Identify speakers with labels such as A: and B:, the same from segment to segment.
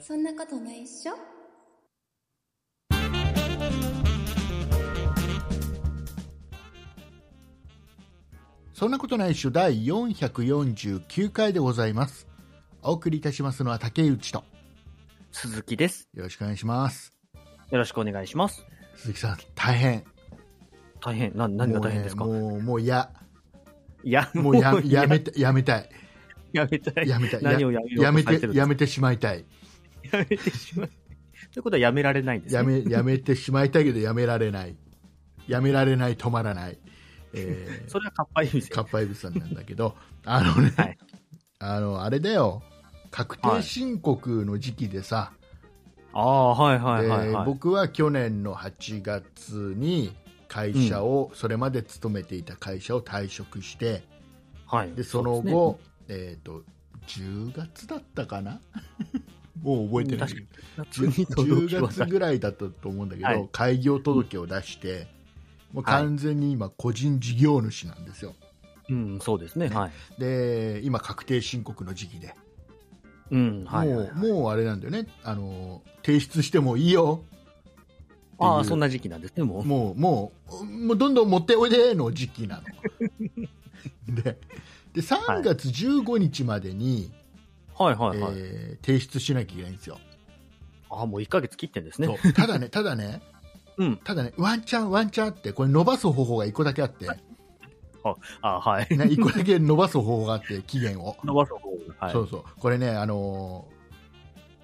A: そんなことないっしょ
B: そんなことないっしょ第449回でございます。お送りいたしますのは竹内と。
C: 鈴木です。
B: よろしくお願いします。
C: よろしくお願いします。
B: 鈴木さん、大変。
C: 大変、な、何が大変ですか、
B: もう,、もう、もうや、
C: いや、、
B: もうや やめ、た、やめたい。
C: やめたい。
B: やめたい。
C: 何をやめよう
B: やめ
C: とされてる
B: て、
C: んです
B: やめてしまいたい。
C: やめてしまう。ということはやめられないんです、ね。
B: やめ、やめてしまいたいけど、やめられない。やめられない、止まらない。えー
C: それはかっぱい店。
B: カッパエビさんなんだけど、あのね、
C: はい
B: あの、あれだよ、確定申告の時期でさ、
C: ああ、はいはいはい、
B: え
C: は
B: ー
C: い。
B: 僕は去年の8月に会社を、それまで勤めていた会社を退職して、
C: はい、
B: で、その後、えっ、と、10月だったかな もう覚えてない。
C: 確かそうですね、
B: 10月
C: ぐ
B: ぐらいだったと思うんだけど、
C: はい
B: 開業届を出して、もう完全に今、個人事業主なんですよ。
C: うん、そうですね。
B: ね
C: はい。
B: で今、確定申告の時期で、
C: うん、はい、
B: も。
C: はいう
B: もうあれなんだよねあの、提出してもいいよ、
C: ああ、そんな時期なんですね、もう。
B: もうもうもうどんどん持っておいでの時期な のでで、3月15日までに、
C: はいはいはい。
B: えー提出しなきゃいけないんですよ、
C: ああ、もう1ヶ月切ってんですね。
B: そうただね、ただね、
C: うん
B: ただね、ワンチャン、ワンチャンって、これ、伸ばす方法が1個だけあって、ね、
C: ああ、はい。
B: 1個だけ伸ばす方法があって、期限を。
C: 伸ばす方がはい。
B: そうそうこれね、あの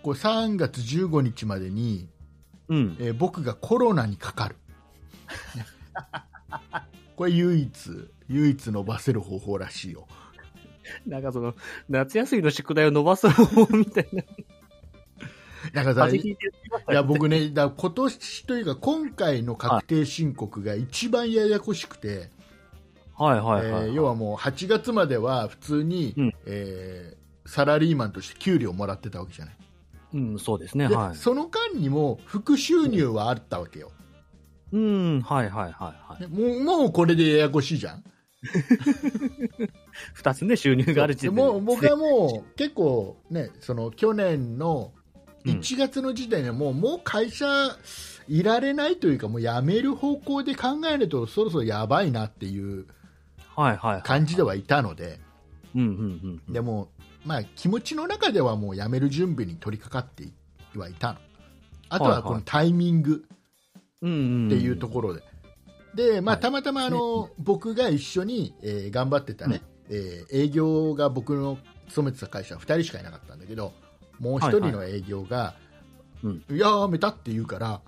B: ーこれ3月15日までに、
C: うん。
B: えー僕がコロナにかか るこれ唯一唯一伸ばせる方法らしいよ
C: なんかその、夏休みの宿題を伸ばす方法みたいな。
B: だからさ
C: 風邪
B: い
C: ひいてる
B: や僕ねだから今年というか今回の確定申告が一番ややこしくて、
C: はいはいはい、
B: えー要はもう8月までは普通に、
C: うん
B: えーサラリーマンとして給料もらってたわけじゃない、
C: うん、そうですね。
B: で
C: はい。
B: その間にも副収入はあったわけよ、
C: うん、はいはいはい、はい。
B: ねもうもうこれでややこしいじゃん
C: 二つね、収入がある時
B: で
C: 点
B: もう僕
C: は、
B: はも う結構ねその去年の
C: うん
B: 1月の時点でもう,、もう会社いられないというかもう辞める方向で考えるとそろそろやばいなっていう
C: はいはいはい。
B: 感じではいたので
C: うんうんうんうん。
B: でも、まあ、気持ちの中ではもう辞める準備に取り掛かってはいたのあとはこ
C: はいは
B: の
C: い
B: タイミング
C: うんん
B: っ
C: ん
B: ていうところで。でまあ、
C: はい
B: たまたまあの、僕が一緒に、えー頑張ってたね、えー営業が僕の勤めてた会社は2人しかいなかったんだけどもう1人の営業が、
C: うん
B: いやーやめたって言うから、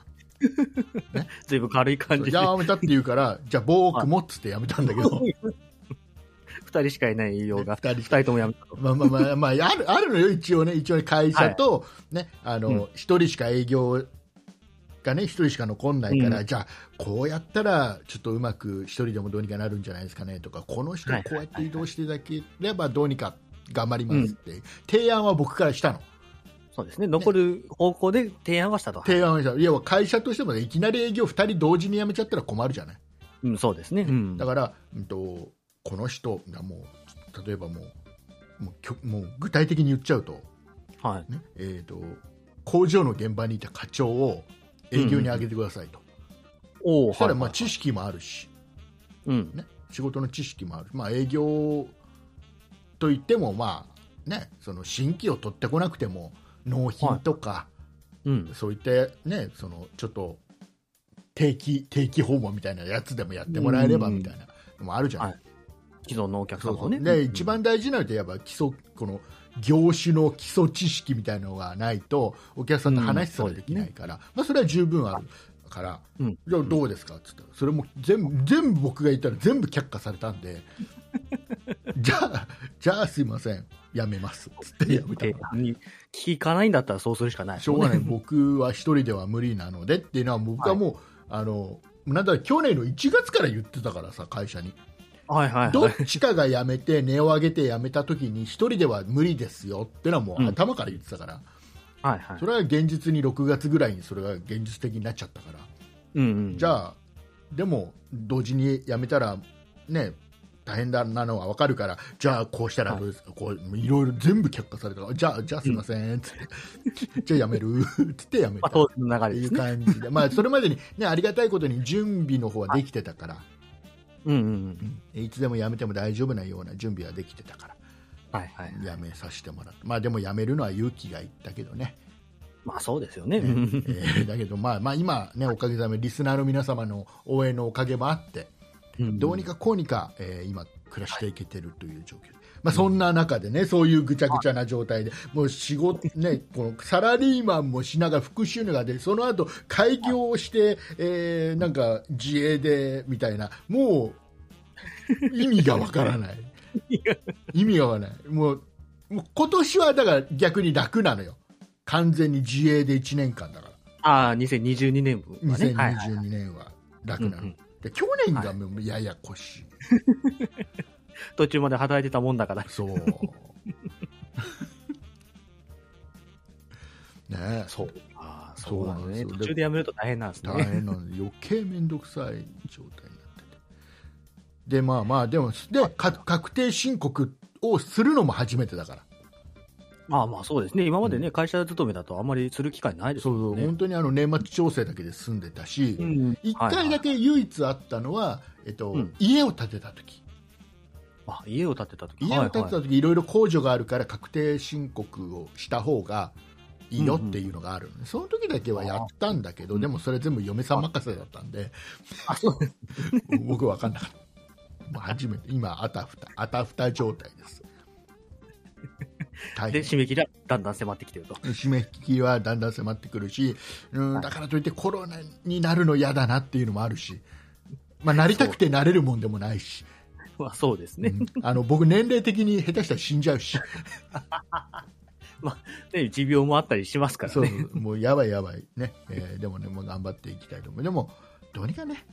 C: ずいぶん軽い感
B: そう
C: じ
B: い
C: で
B: や。ーやめたって言うから、じゃあ、僕もっつってやめたん だけど、
C: 二人しかいない営業が。
B: 二人
C: 二人ともやめたと。
B: まあまあまあ、まあ、あるあるのよ、一応ね、一応ね会社と、ねあの
C: うん
B: 1人しか営業がね、1人しか残んないから、
C: う
B: じゃあ、こうやったら、ちょっとうまく1人でもどうにかなるんじゃないですかねとか、この人、
C: はい
B: こうやって移動していただければ、どうにか頑張りますって、提案は僕からしたの、
C: そうですね。残る方向で提案はしたと。はい
B: 提案はした要は会社としてもね、いきなり営業2人同時に辞めちゃったら困るじゃない。
C: うん、そうですね。うん。
B: だから、うん、とこの人がもう例えばもうもうきょもう具体的に言っちゃうと,、
C: はい。
B: ねえー、と工場の現場にいた課長を営業に上げてくださいと、
C: おお
B: そしたらまあ
C: はい
B: 知識もあるし、
C: うん。
B: ね、仕事の知識もある、まあ、営業といっても、まあね、その新規を取ってこなくても納品とか、
C: うん。
B: そういった、ね、そのちょっと定期定期訪問みたいなやつでもやってもらえればみたいなのもあるじゃない。
C: はい既存のお客
B: そう
C: 様
B: そ
C: を
B: う
C: ね。
B: で
C: うん
B: 一。番大事なのってやっぱ基礎この業種の基礎知識みたいなのがないとお客さんと話すことができないから、まあ、それは十分あるから、
C: うん
B: じゃあどうですかって言ったらそれも全部全部僕が言ったら全部却下されたんで じゃあじゃあすいませんやめますっつってやめた
C: 提案に聞かないんだったらそうするしかない。
B: しょうがない
C: ね。
B: 僕は一人では無理なのでっていうのは僕はもう、あのなんだろう去年の1月から言ってたからさ会社に。
C: はいはい
B: ど
C: は
B: っ
C: い。
B: ちかが辞めて、値を上げて辞めたときに、一人では無理ですよってのはもう頭から言ってたから、
C: はいはい
B: そ。れは現実に6月ぐらいにそれが現実的になっちゃったから、
C: うんうん。
B: じゃあ、でも同時に辞めたら、ね、大変だなのは分かるからじゃあこうしたらどうですか、こういろいろ全部却下されたからじゃあじゃあすいませんっつって、じゃあやめるっつってやめた
C: まあ、
B: っ
C: 当時の流
B: てい
C: れで
B: う
C: すね。
B: 感じで、まあ、それまでに、ね、ありがたいことに準備の方はできてたから、
C: うんうんうん。
B: い、つでもやめても大丈夫なような準備はできてたから
C: はいはい。
B: やめさせてもらって、まあ、でもやめるのは勇気がいったけどね。
C: まあそうですよね。
B: ねえーだけど、まあ、まあ今、ね、おかげさまでリスナーの皆様の応援のおかげもあって どうに
C: か。
B: かこうにか、えー今、暮らしていけてるという状況で、まあ、そんな中でねそういうぐちゃぐちゃな状態でもう仕事、ね、このサラリーマンもしながら副収入が出てその後開業をして、えーなんか自営でみたいなもう意味がわから ない意味がわからないもうもう今年はだから逆に楽なのよ完全に自営で1年間だから。
C: ああ、2022年分はね。はいはい
B: 2022年は楽な
C: うんう
B: の
C: ん。
B: で去年がもうややこしい。
C: 途中まで働いてたもんだから。
B: そう。ねえ。
C: そう。ああ、
B: そ
C: そうう
B: な
C: なんん
B: です
C: です
B: よ
C: ね。途中でやめると大変なんです
B: 大
C: ね。
B: 変なので余計面倒くさい状態になってて。で、まあまあ、でも、で、か確定申告をするのも初めてだから。
C: まあまあそうですね。今までね、会社勤めだとあんまりする機会ないです
B: そうそう、
C: もんね。
B: 本当にあの年末調整だけで済んでたし、
C: ん
B: 一回だ
C: け。
B: け唯一あったのは、えっと
C: うん、
B: 家を建てた時。
C: あ、家を建てた時
B: 家を建てた
C: はいはい
B: 時いろいろ控除があるから確定申告をした方がいいよっていうのがあるのね、その時だけはやったんだけど、
C: うん
B: でもそれ全部嫁さん任せだったんで、
C: あ、そうです。
B: 僕分かんなかったもう初めて今あたふたあたふた状態です大
C: で、
B: 変
C: 締め切りはだんだん迫ってきてると。
B: 締め切りはだんだん迫ってくるし、うん、だからといってコロナになるの嫌だなっていうのもあるし、まあ、なりたくてなれるもんでもないし、
C: まあそうですね。
B: うんあの僕年齢的に下手したら死んじゃうし
C: ね、持病もあったりしますから
B: そう
C: ね。
B: そうもうやばいやばいね、えーでもねもう頑張っていきたいと思うでもどうにかね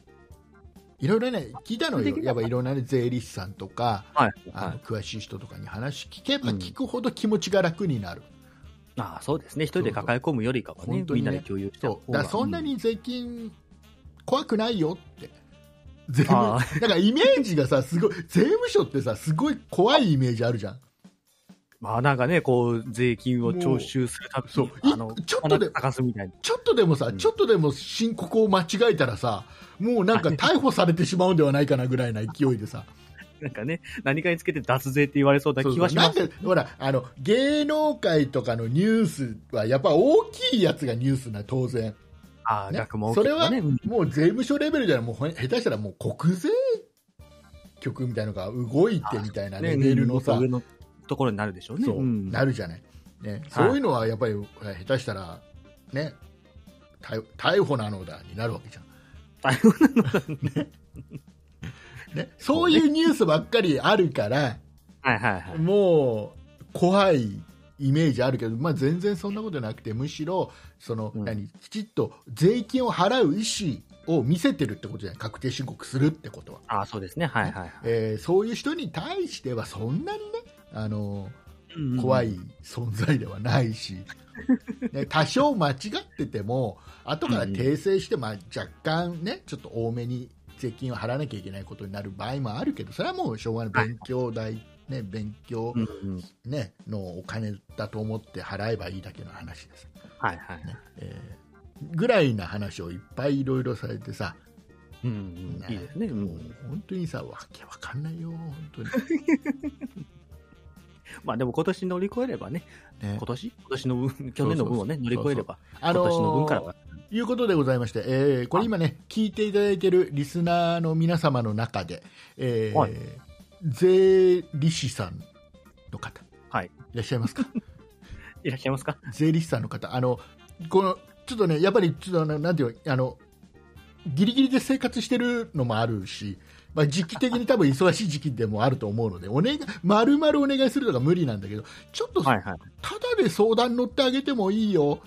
B: いろいろね聞いたの
C: で
B: よ
C: きれば
B: やっぱいろんな、ね、税理士さんとか
C: はい。
B: あの、
C: はい
B: 詳しい人とかに話聞けば
C: うん
B: 聞くほど気持ちが楽になる、
C: ああ、そうですね。一人で抱え込むよりかはね
B: 本、当に
C: みん
B: ね
C: なで共有して
B: そうだからそんなに税金怖くないよって税
C: あ
B: 務だからイメージがさすごい税務署ってさすごい怖いイメージあるじゃん
C: まあなんかね、こう、税金を徴収するたび
B: そう
C: に
B: い、
C: あの、
B: ちょっとで
C: 探すみたいな。
B: ちょっとでもさ、
C: うん
B: ちょっとでも申告を間違えたらさもうなんか逮捕されてしまうんではないかなぐらいな勢いでさ
C: なんかね、何かにつけて脱税って言われそうな
B: そう
C: 気
B: そう
C: はしま
B: なん
C: すよ
B: でほらあの芸能界とかのニュースはやっぱ大きいやつがニュースな当然
C: ああ、
B: ね
C: 額も大き
B: そ
C: い
B: れ
C: と
B: は
C: かね。うん
B: もう税務署レベルじゃもうほん下手したらもう国税局みたいなのが動いてみたいなレベルのさ、
C: 上のところになるでしょうね。
B: そう、
C: ん
B: なるじゃない、ね、
C: はい
B: そういうのはやっぱり下手したらね逮逮捕なのだになるわけじゃん
C: 逮捕な
B: ね、そういうニュースばっかりあるから、
C: はいはいはい。
B: もう怖いイメージあるけど、まあ、全然そんなことなくてむしろその、
C: うん
B: 何きちっと税金を払う意思を見せてるってことじゃない確定申告するってことは、
C: ああ、そうですね。はいはいはい。
B: えーそういう人に対してはそんなにねあの
C: うんうん
B: 怖い。存在ではない し、ね、多少間違ってても後から訂正して、まあ、若干ねちょっと多めに税金を払わなきゃいけないことになる場合もあるけどそれはもうしょうがない勉強代、ね、勉強、
C: うんうん
B: ね、のお金だと思って払えばいいだけの話です、
C: はいはい。
B: ねえーぐらいな話をいっぱいいろいろされてさ、
C: うんうんいいですね。う
B: もうん本当にさわけわかんないよ本当 に、
C: まあでも今年乗り越えればね、
B: ね
C: 今年今年の分、去年の分をね、乗り越えれば、
B: あ
C: 今
B: のー
C: 年の分からは。
B: ということでございまして、えーこれ今ね聞いていただいているリスナーの皆様の中で、えー
C: はい
B: 税理士さんの方、
C: はい、
B: らっしゃいますか
C: いらっしゃいますか
B: 税理士さんの方あのこのちょっとねやっぱりちょっとななんていうのあのギリギリで生活してるのもあるし、まあ、時期的に多分忙しい時期でもあると思うのでお願い丸々お願いするとか無理なんだけどちょっとた
C: は
B: だ
C: いはい。
B: で相談乗ってあげてもいいよ、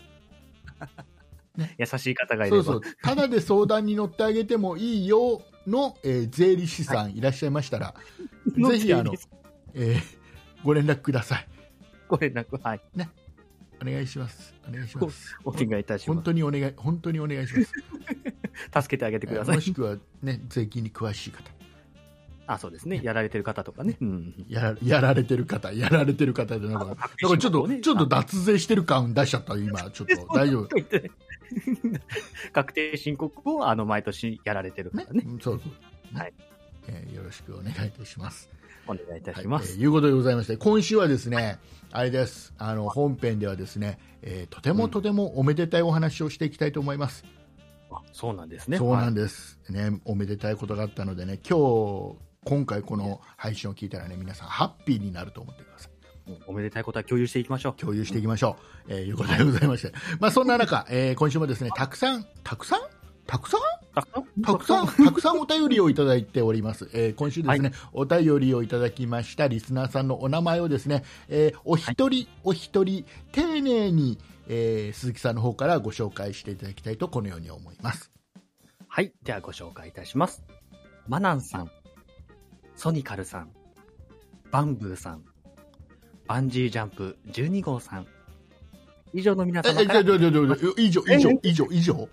C: 優しい方がいれ
B: そ
C: ば。
B: うそう、ただで相談に乗ってあげてもいいよの、えー税理士さんいらっしゃいましたら、ぜひあの、えーご連絡ください。
C: ご連絡、はい。
B: お願いします。お願いします。
C: お願いいたしま
B: 本当にお願い、本当にお願いします。
C: す。助けてあげてくだ
B: えー
C: さ
B: も
C: い。
B: しくはね、税金に詳しい方。
C: あ、そうですね。やられてる方とかね。うん。
B: やらやられてる方、やられてる方で、なんか、なんかちょっと、ちょっと脱税してる感出しちゃった、今、 ちょっと、大丈夫。
C: と言ってね確定申告をあの毎年やられてるか
B: ね
C: らね、、
B: うんそうそう。
C: はい
B: えーよろしくお願いいたします。
C: お願いいたしま
B: はい
C: す。
B: えーいうことでございまして、今週はですね、あれです、あの、本編ではですね、えーとてもとてもおめでたいお話をしていきたいと思います。
C: あそうなんですね。
B: そうなん
C: で
B: です、ね、おめでたいことがあったのでね、今日、今回この配信を聞いたらね、皆さんハッピーになると思ってください。
C: す、おめでたいことは共有していきましょう。
B: 共有していきましょう。えーいうことでございまして。まあ、そんな中、えー今週もですね、たくさん、たくさんたくさん
C: たくさん
B: たくさん、たくさんお便りをいただいております。えー今週ですね、お便りをいただきましたリスナーさんのお名前をですね、えーお一人、お一人、丁寧に、えー鈴木さんの方からご紹介していただきたいと、このように思います。
C: はい。ではご紹介いたします。マナンさん、ソニカルさん、バンブーさん、バンジージャンプ12号さん。以上の皆
B: え、え、
C: 様から。
B: 以上、以上、以上、以上。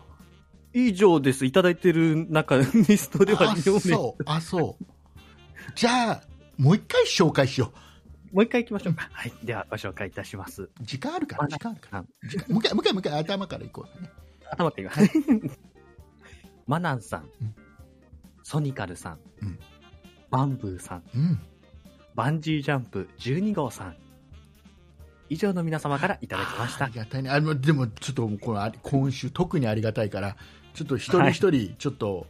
C: 以上です。いただいてる中、 リストでは
B: あ、
C: 2名。も
B: そう、あ、そう。じゃあ、もう一回紹介しよ
C: う一回行きましょうか。はい。ではご紹介いたします。
B: う。時間あるから、時間あるか
C: あ
B: ら。時間もう一回、もう一回、もう一回、頭からいこう、ね。
C: 頭って今。 マナンさん
B: うん、
C: ソニカルさん
B: うん、
C: バンブーさん、
B: うん。
C: バンジージャンプ12号さん。以上の皆様からいただきまし
B: あ
C: た
B: り。がたいね。あのでもちょっとこのあ今週特にありがたいから、ちょっと一人
C: はい
B: 一人ちょっと、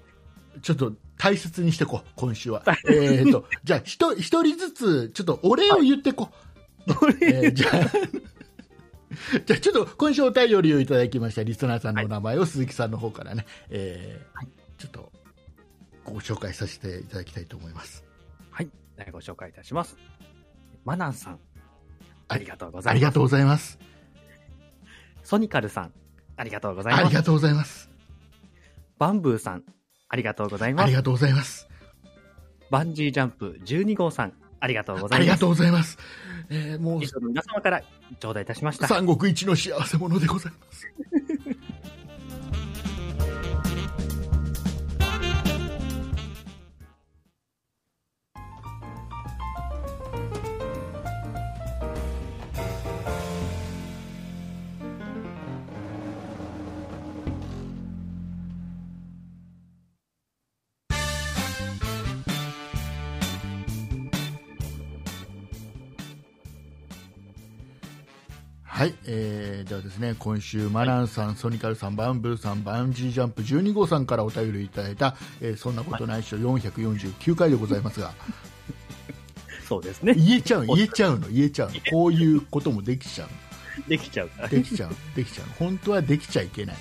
B: ちょっと大切にしてこう今週は。えっとじゃあ一人一人ずつちょっとお礼を言ってこ
C: こ
B: う。
C: れ
B: えーじゃあ じゃあちょっと今週お便りをいただきましたリスナーさんのお名前を鈴木さんの方からね、えー
C: はい
B: ちょっとご紹介させていただきたいと思います。
C: はい、ご紹介いたします。マナンさん、ありがとうござ
B: あ
C: い
B: り
C: ます。
B: がとうございます。
C: ソニカルさん、ありがとうござい
B: あ
C: ま
B: り
C: す。
B: がとうございます。
C: バンブーさん、ありがとうござい
B: あ
C: ま
B: り
C: す。
B: がとうございます。
C: バンジージャンプ12号さん、ありがとうござ
B: あ
C: い
B: り
C: ま
B: が
C: す。
B: とうございます。えーもう
C: 以上の皆様から頂戴いたしました。
B: 三国一の幸せ者でございます。はい、えー、ではですね、今週、マナンさん、ソニカルさん、バンブーさん、バンジージャンプ12号さんからお便りいただいた、えーそんなことないっしょ449回でござい ますが、
C: そうですね。
B: 言えちゃう、言えちゃうの、言えちゃうの、こういうこともできちゃう
C: できちゃうから
B: の、、できちゃうの、 できちゃうの、本当はできちゃいけない。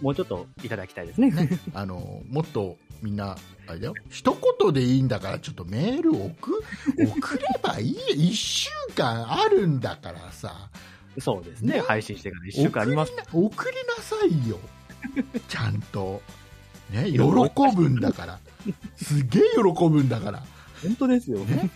C: もうちょっといただきたいですね。
B: あのもっとみんな、あれだよ、一言でいいんだから、ちょっとメール送送ればいいよ、1週間あるんだからさ。
C: そうですね。
B: ね
C: 配信してから1週間あります。
B: 送りな送りなさいよ ちゃんと、ね、喜ぶんだからすげえ喜ぶんだから
C: 本当ですよ。
B: ね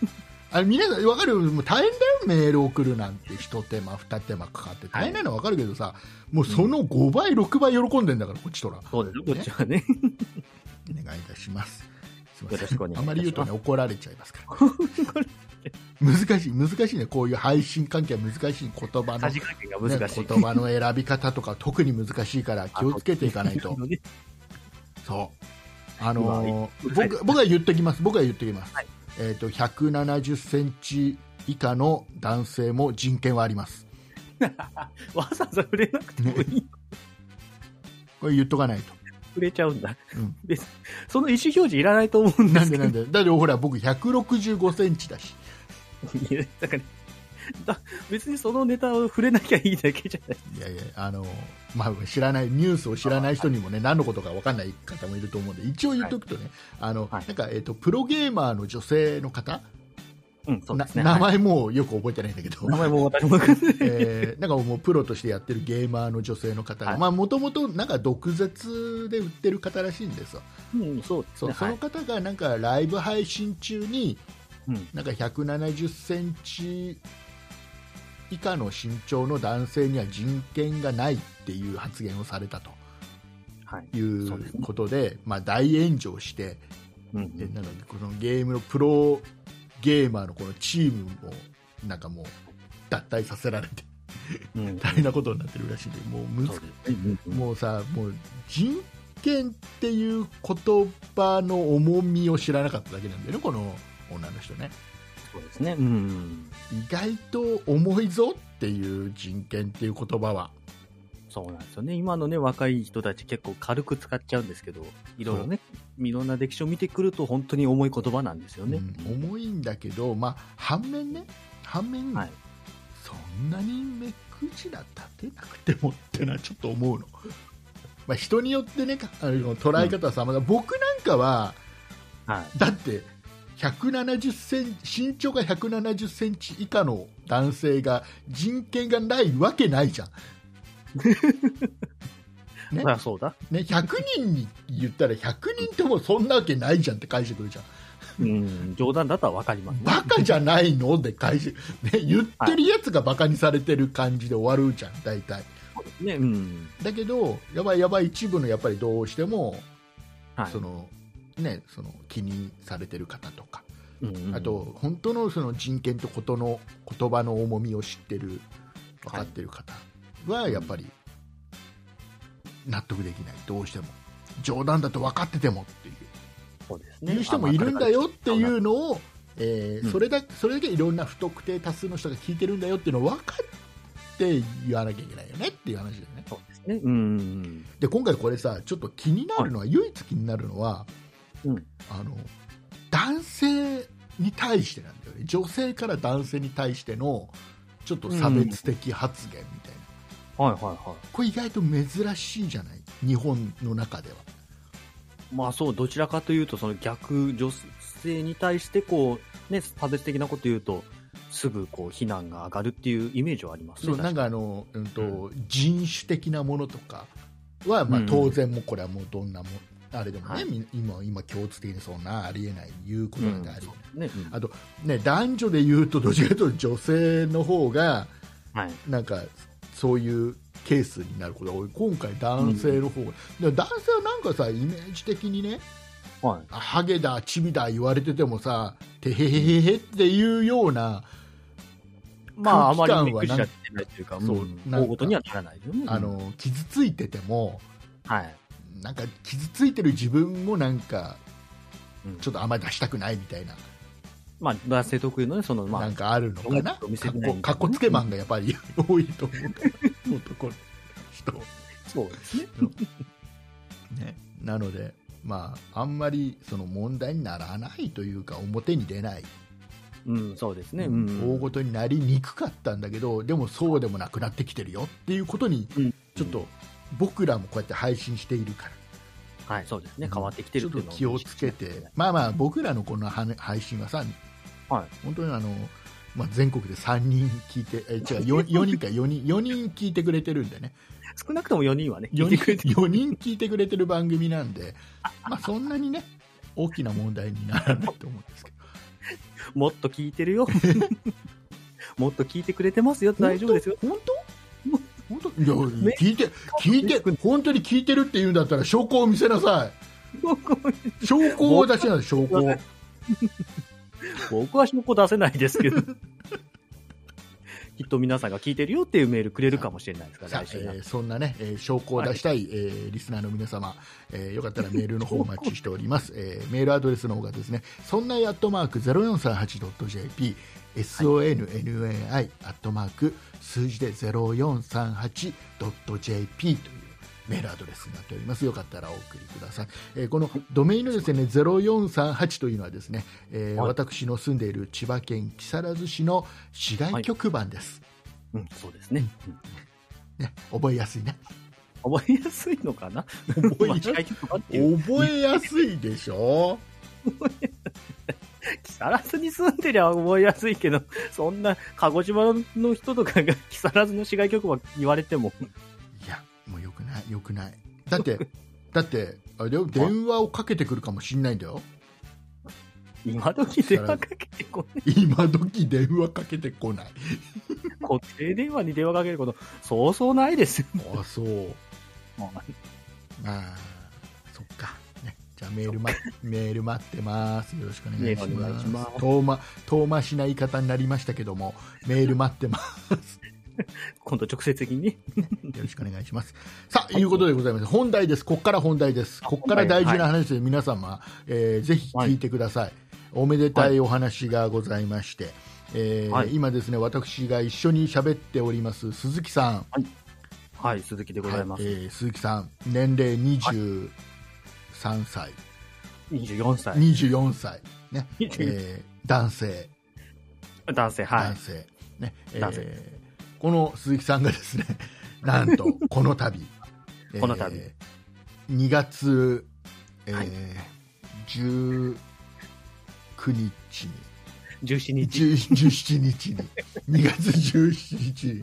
B: あれ皆さん分かるもう大変だよメール送るなんて一手間二手間かかって大変なの分かるけどさもうその5倍6倍喜んでんだからこっちとらお
C: そうですよ。こっちはね。
B: 願いいたしますすいま
C: よろしくお願いいたします
B: あまり言うとね怒られちゃいますから 難しい難しいねこういう配信関係は難しい言葉の
C: さじ加減が
B: ね
C: 難しい。
B: 言葉の選び方とか特に難しいから気をつけていかないと。そう。あのー
C: うわ
B: 僕僕は言ってきます。僕は言ってきます。
C: はい
B: えっ、と170センチ以下の男性も人権はあり ます。
C: わざわざ触れなくてもいい。
B: これ言っとかないと。
C: 触れちゃうんだ。
B: うん
C: 別その意思表示いらないと思うんで
B: なん
C: す
B: で
C: けど
B: なんで。だってほら僕165センチだし。
C: いやだからだ別にそのネタを触れなきゃいいだけじゃない。
B: いやいやあのーまあ知らないニュースを知らない人にもね何のことかわかんない方もいると思うんで一応言っとくとね、あの、
C: はい
B: なんかえっ、とプロゲーマーの女性の方、
C: うん、そう
B: な
C: ですね。
B: 名
C: はい
B: 前もうよく覚えてないんだけど。
C: 名前も私もわかんない。
B: えーなんかもうプロとしてやってるゲーマーの女性の方
C: は
B: が
C: い
B: まあもともとなんか毒舌で売ってる方らしいんですよ
C: うん、そうです
B: そう、
C: ね。
B: そ
C: は
B: の
C: い
B: 方がなんかライブ配信中に
C: うん
B: なんか170センチ以下の身長の男性には人権がないっていう発言をされたと
C: はい。
B: い
C: そう
B: う
C: ですね
B: ことで、まあ、大炎上して
C: うんう
B: で
C: ん、
B: なんかこのゲームのプロゲーマーのこのチームもなんかもう脱退させられて
C: うん
B: 大変なことになってるらしいんでもう難
C: そうですねうんうん
B: もうさもう人権っていう言葉の重みを知らなかっただけなんだよねこの女の人ね
C: そうですね。うんうん。
B: 意外と重いぞっていう人権っていう言葉は
C: そうなんですよね。今のね、若い人たち結構軽く使っちゃうんですけど、いろいろね、いろんな歴史を見てくると本当に重い言葉なんですよね。
B: うん重いんだけど、まあ、反面ね反面、
C: はい
B: そんなに目くじら立てなくてもってのはちょっと思うの、まあ、人によってねかあの捉え方は様々、僕なんかは
C: はい。
B: だって170センチ身長が1 7 0センチ以下の男性が人権がないわけないじゃん、ね
C: そりゃそうだ。
B: ね、100人に言ったら100人ともそんなわけないじゃんって返してくるじゃん
C: うん、冗談だったらわかります、ね。
B: バカじゃないので返し、ね、言ってるやつがバカにされてる感じで終わるじゃん、大体。
C: ね、うん。
B: だけど、やばいやばい、一部のやっぱりどうしても、
C: はい。
B: そのね、その気にされてる方とか、
C: うんうん
B: あと、本当のその人権とことの言葉の重みを知ってる、分かってる方は、やっぱり納得できない、どうしても。冗談だと分かっててもっていう。
C: そうですね。
B: いう人もいるんだよってい
C: あ。
B: うのを、えー
C: うん
B: それだそれだけいろんな不特定多数の人が聞いてるんだよっていうのを分かって言わなきゃいけないよねっていう話だよね
C: そうですね。うん。
B: で今回これさちょっと気になるのは、唯一気になるのは、
C: うん
B: あの男性に対してなんだよね女性から男性に対してのちょっと差別的発言みたいな、
C: はいはいは
B: これ意外と珍しいじゃない日本の中では。
C: い。まあそう、どちらかというと、その逆女性に対して、こう、ね、差別的なこと言うと、すぐこう、非難が上がるっていうイメージはありますね。
B: そうなんかあの、うんと人種的なものとかは、まあ
C: うん、
B: 当然もうこれはもうどんなもあれでもね、
C: はい
B: みん今今共通的にそんなありえない言うことなんてありえない、
C: ね、
B: あとね男女で言うとどちらかというと女性の方が
C: はい。
B: なんかそういうケースになることが多い今回男性の方が、で男性はなんかさイメージ的にね
C: はい。
B: あハゲだチビだ言われててもさてへへへへっていうような
C: まあ、あま
B: 空気感
C: りびっ
B: は
C: くりしち
B: な
C: ゃ
B: ん
C: っ
B: か
C: てないというか、
B: そううんなんか
C: 大ごとにはならないよね。
B: あ、の傷ついてても
C: はい。
B: なんか傷ついてる自分もなんかちょ
C: っと、
B: っとあんまり出したくないみたいな、
C: まあ、男性特有のね、その、まあ、
B: なんかあるのかな
C: お店
B: かっ
C: みたい
B: こ
C: な
B: かっこつけマンがやっぱり多いと思うから男の人、
C: そうですね。
B: ね、なので、まあ、あんまりその問題にならないというか表に出ない、
C: うん、そうですね。う
B: 大
C: ん。
B: ごとになりにくかったんだけどでもそうでもなくなってきてるよっていうことに
C: うん
B: ちょっと僕らもこうやって配信しているから。
C: はい、そうですね。変わってきてる
B: ちょっと気をつけて、まあまあ、僕らのこのはね配信はさ、
C: はい
B: 本当にあの、まあ、全国で3人聞いて、え違う 4, 人か、4人、4人聞いてくれてるんでね、
C: 少なくとも4人はね、
B: 4
C: 聞い
B: 人
C: てくれて
B: ,4 人聞いてくれてる番組なんで、まあ、そんなにね、大きな問題にならないと思うんですけど、
C: もっと聞い てるよ。もっと聞いてくれてますよ。大丈夫ですよ。
B: 本当本当いや
C: ね
B: 聞いて、聞いて、本当に聞いてるって言うんだったら証拠を見せなさい。証拠を出しなさい、証拠を。
C: 僕は証拠出せないです けど。きっと皆さんが聞いてるよっていうメールくれるかもしれないですから、
B: さあ
C: 来、
B: え
C: 週には
B: ーそんなね、えー証拠を出したい、えーリスナーの皆様、えーよかったらメールの方お待ちしております。えーメールアドレスの方がですね、そんないアットマーク 0438.jp、sonnai アットマーク数字で 0438.jp というメールアドレスになっております。よかったらお送りください。えーこのドメインのですね、0438というのはですね、えー
C: はい
B: 私の住んでいる千葉県木更津市の市街局番です。
C: うん、そうですね。うん
B: ね、覚えやす いね。
C: 覚えやすいのかな
B: 覚えやすい
C: 間違いとかっていう
B: 覚えやすいでしょ
C: 木更津に住んでりゃ覚えやすいけど、そんな鹿児島の人とかが 木更津の市外局番言われても、
B: いやもうよくないよくないだ ってだってあれだよ電話をかけてくるかもしんないんだよ
C: 今時電話かけてこない。
B: 今時電話かけてこない
C: 固定電話に電話かけること、そうそうないですよ。
B: あそう
C: もう
B: あーそっかねじじゃあメール、ま、メール待ってます。よろしくお願いし
C: メールお願
B: ま
C: い
B: す。
C: します
B: 遠ま、遠回しな言い方になりましたけども、メール待ってます。
C: 今度直接的に。
B: よろしくお願いします。さあ、いうことでございます。本題です。ここから本題です。
C: あ
B: ここから大事な話で、皆様、えーぜひ聞いてください。おめでたいお話がございまして、えー
C: はい
B: 今ですね、私が一緒に喋っております、鈴木さん。
C: はい、鈴木でございます。
B: はえー鈴木さん、年齢23歳、
C: 24歳。
B: 24歳、ねえ
C: 24
B: ー男性、
C: 男性、はい
B: 男。性、ねえー
C: 男性
B: この鈴木さんがですね、 なんとこの度、えー
C: この度
B: 2月、えー
C: はい
B: 19日に、
C: 17日。
B: 10 17日に、2月17日に、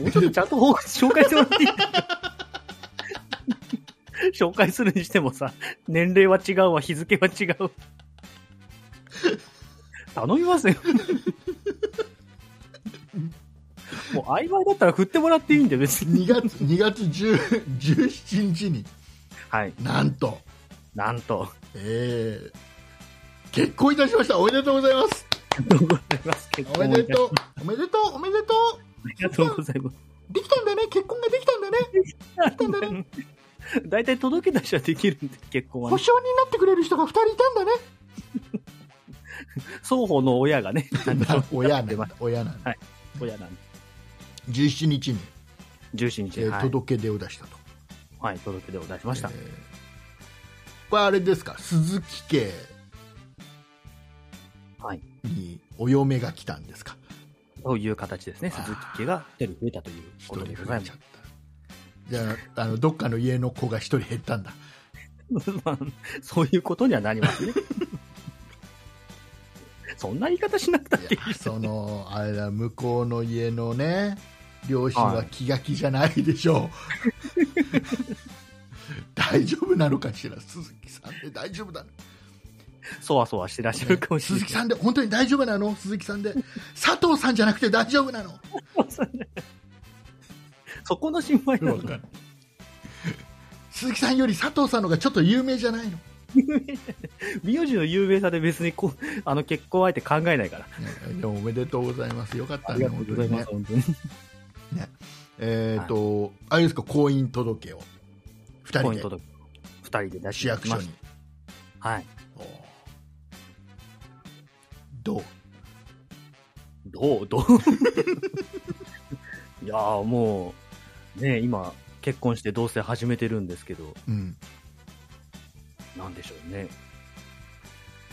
C: もうちょっとちゃんと報告紹介してもらっていい 紹介するにしてもさ、年齢は違うわ、日付は違う。頼みますよ。 もう曖昧だったら振ってもらっていいんで、別に。
B: 2月2月10 17日に、
C: はい。
B: なんと、
C: なんと。
B: えー結婚いたしましたおめでとうございます
C: ありがとうございます。結
B: おめ
C: 婚
B: でとうおめでとうおめでと
C: ありがとうございます。
B: うできたんだね結婚ができたんだねきたん
C: 大体届け出しはできるんで、結婚は
B: 保
C: ね。
B: 証になってくれる人が2人いたんだね
C: 双方の親がね、ちゃんと
B: 親なんだ親なんだ
C: 親なんで。
B: 17日に、
C: 17日、
B: えー
C: はい、
B: 届け出を出したと
C: はい、届け出を出しました。
B: えーこれあれですか鈴木家
C: はい。
B: にお嫁が来たんですか
C: という形ですね。
B: あー
C: 鈴木家が一人増えたという
B: 一
C: ことで
B: 人増
C: ござい
B: え
C: ま
B: ち
C: す
B: ゃっ。たじゃああのどっかの家の子が1人減ったんだ
C: まあそういうことにはなりますね。 そんな言い方しなくた っ
B: い
C: ていい。
B: やそのあれだ向こうの家のね両親は気が気じゃないでしょう、 大丈夫なのかしら鈴木さんで大丈夫だ、
C: そわそわしてらっしゃるかもしれ
B: 鈴
C: ない
B: 木。さんで本当に大丈夫なの鈴木さんで佐藤さんじゃなくて大丈夫なの
C: そこの心配なの
B: わかんない鈴木さんより佐藤さんのがちょっと有名じゃないの
C: 名字の有名さで別にこう、あの結婚相手考えないから。
B: ねでもおめでとうございますよかった
C: あり
B: ね
C: がとう
B: 本当
C: ござい
B: に
C: ま
B: ね
C: す、本当に。
B: えっ、と、あれですか婚姻届を2
C: ポイン
B: 人
C: ト
B: で
C: と二人で出
B: 市
C: して
B: 役
C: ま
B: 所
C: し
B: に
C: た。はい。
B: おーどう
C: どうどう いやーもう、ね今、結婚して同棲始めてるんですけど、
B: うん、
C: なんでしょうね。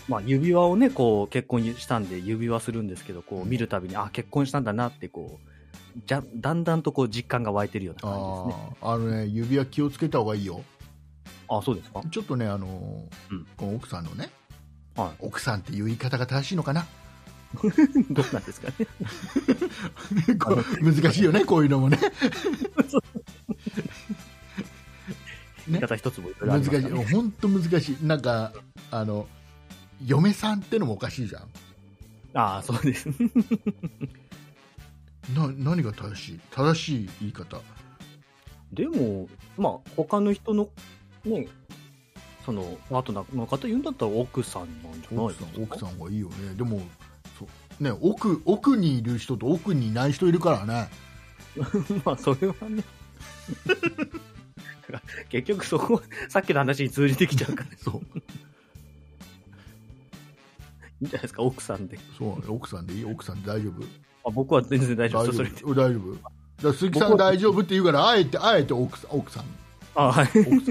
C: まあ、指輪をね、こう、結婚したんで指輪するんですけど、こう、見るたびに、あ、結婚したんだなって、こう、じゃ、だんだんとこう、実感が湧いてるような
B: あ
C: 感じですね。
B: ーあのね指輪気をつけた方がいいよ
C: あそうですか
B: ちょっとねあのー、
C: うん
B: この奥さんのね
C: は
B: 奥さんっていう言い方が正しいのかな
C: い。どうなんですかね。
B: こう難しいよねこういうのもね
C: 言い方一つもいろいろあ
B: 難
C: り
B: し
C: ますから
B: い
C: ね
B: 本当難しいなんかあの嫁さんってのもおかしいじゃん
C: ああ、そうです。
B: な何が正しい正しい言い方
C: でも、まあ、他の人の、ね、その、パートナーの方言うんだったら奥さんなんじゃない
B: 奥
C: です
B: さ
C: か
B: ん奥さんがいいよねでもそう、ね、奥奥にいる人と奥にいない人いるからね
C: まあ、それはね。だから結局そこは、さっきの話に通じてきちゃうから、い
B: そう
C: いんじゃないですか、奥さんで。
B: そう奥さんでいい奥さんで大丈夫
C: あ僕は全然
B: 大
C: 大丈夫
B: 丈
C: です。それ
B: 夫
C: で。
B: 大丈夫だから鈴木さん
C: 僕は
B: 大丈夫って言うからあえてあえて奥さん奥さん
C: あはい。
B: 奥さんね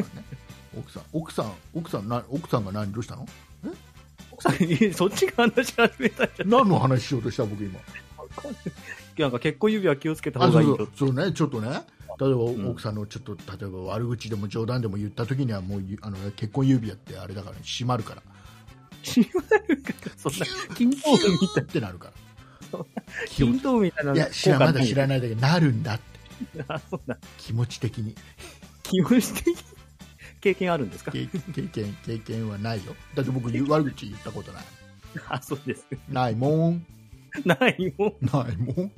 B: 奥さん奥さん奥さんな奥さんが何どうしたの
C: 奥さんに、そっちが話し始めたんじゃない
B: 何の話しようとした僕今
C: なんか結婚指輪気をつけた
B: あ
C: 方
B: そ
C: が
B: う
C: いい
B: そ
C: と。
B: うそうねちょっとね例えば、
C: ん
B: 奥さんのちょっと例えば悪口でも冗談でも言った時にはもうゆあの結婚指輪ってあれだから、閉まる から
C: 閉まるから、 そんな、金
B: キュ
C: 刀みた
B: ー
C: い
B: ってなるから気
C: 金
B: 持ち
C: 刀みたいな。
B: いや知らまだ知ら
C: ない。
B: ないだけどなるんだって
C: あ、そうなん。
B: 気持ち的に
C: 気をして、経験あるんですか
B: 経経験経験はないよだって僕言う悪口言ったことない
C: あ、そうです。
B: ないもん
C: ないもん。
B: ないもん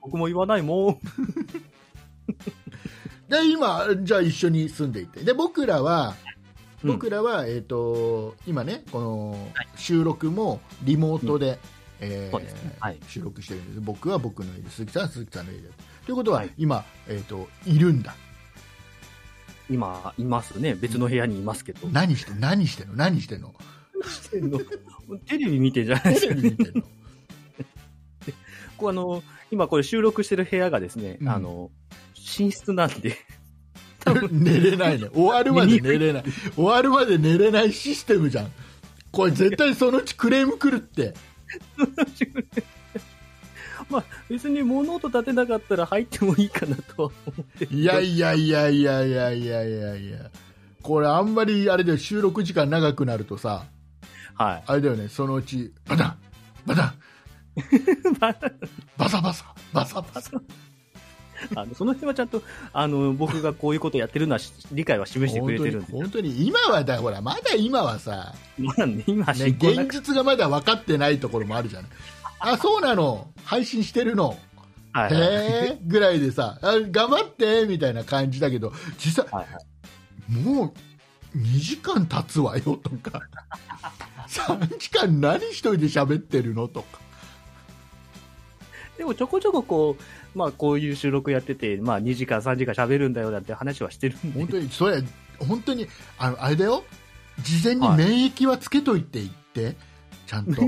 C: 僕も言わないもん。
B: で今、じゃあ一緒に住んでいてで僕らは
C: うん
B: 僕らは、えー、と今ねこの
C: はい
B: 収録もリモートで、えー
C: そうですねはい
B: 収録してるんです僕は僕の家で鈴木さんは鈴木さんの家でということは、
C: はい
B: 今、えー、といるんだ
C: 今、いますね。別の部屋にいますけど。
B: 何して何してんの何してんの
C: してんの テレビ見てんじゃない
B: テ
C: です
B: レ
C: か。
B: ビ見てんの
C: こうあの、今これ収録してる部屋がですね、
B: うん
C: あの、寝室なんで、
B: 寝れないね終わるまで寝れない終わるまで寝れないシステムじゃんこれ絶対そのうちクレーム来るって
C: まあ別に物音立てなかったら入ってもいいかなとは思ってる
B: いやいやいやいやいやいやいやいやこれあんまりあれだよ収録時間長くなるとさ
C: はい。
B: あれだよねそのうちバタンバタン
C: まあ
B: バサバサバサバサ
C: あのその辺はちゃんと、あの、僕がこういうことやってるのはし理解は示してく
B: 本
C: れ
B: 当
C: て
B: に
C: るんで。
B: 本当に今はだほらまだ今はさ、
C: まあね、今、
B: ね、
C: 進行な
B: 現
C: く、
B: 実がまだ分かってないところもあるじゃないあそうなの配信してるの
C: はいはいはい
B: へえぐらいでさあ頑張ってみたいな感じだけど実際
C: はい。
B: もう2時間経つわよとか 3時間何一人で喋ってるのとか
C: でもちょこちょここう、まあこういう収録やってて、まあ2時間3時間喋るんだよなんて話はしてるんで
B: 本。当にそれ本当にあのあれだよ事前に
C: はい
B: 免疫はつけといていって、ちゃんと
C: 気を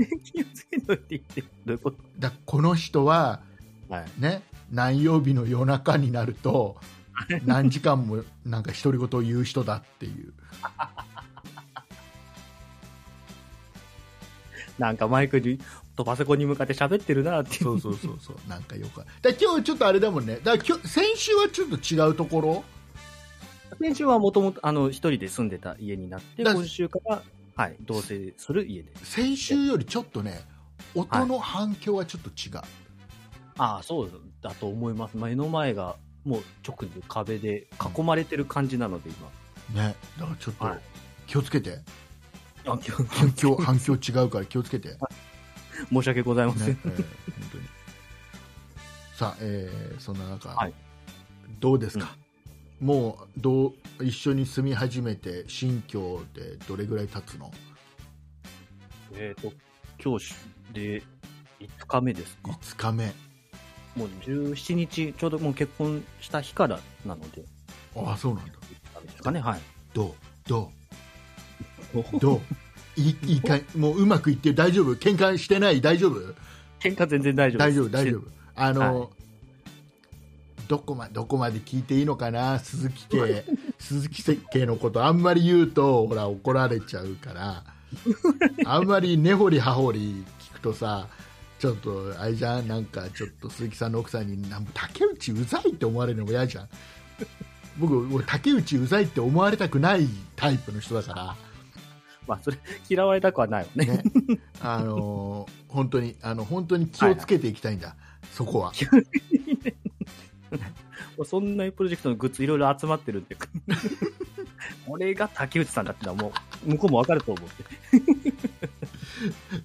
C: つけといて言って、どういうこと
B: だこの人は
C: はい。
B: ね何曜日の夜中になると何時間もなんか独り言を言う人だっていう
C: なんかマイクに、とパソコンに向かって喋ってるなっていう。
B: そうそうそうそうなんかよくあるだ今日ちょっとあれだもんねだ今日先週はちょっと違うところ
C: 先週はもともと、あの、一人で住んでた家になって、
B: だ
C: 今週から、はい、同棲する家で。
B: 先週よりちょっとね音の反響はちょっと違う、
C: ああ、そうだと思います。目の前が、もう直で壁で囲まれてる感じなので、
B: ねだからちょっと
C: はい
B: 気をつけて、
C: 今。あ、今日
B: 反響反響違うから気をつけて、ね
C: 申し訳ございま
B: え
C: せん。
B: ー本当にさあ、えーそんな中、
C: はい
B: どうですか、もうどう一緒に住み始めて新居でどれぐらい経つの
C: えっと、今日で5日目ですか。
B: 5日目
C: もう17日、ちょうどもう結婚した日からなので、
B: ああそうなんだ
C: 5日目ですかね、はい。
B: どうどうどういいいかもううまくいってる大丈夫喧嘩してない大丈夫
C: 喧嘩全然大丈夫で
B: 大丈
C: す。
B: 夫大丈夫あの、
C: は
B: どこまどこまで聞いていいのかな鈴木家鈴木家のことあんまり言うとほら怒られちゃうからあんまり根掘り葉掘り聞くとさちょっとあれじゃんなんかちょっと鈴木さんの奥さんになん竹内うざいって思われるのも嫌じゃん僕もう竹内うざいって思われたくないタイプの人だから
C: まあ、それ、嫌われたくはないよね。
B: ね、あのー本当にあの本当に気をつけていきたいんだ、そこは。
C: もうそんなプロジェクトのグッズいろいろ集まってる んで。これが竹内さんだってのはもう、向こうもわかると思って。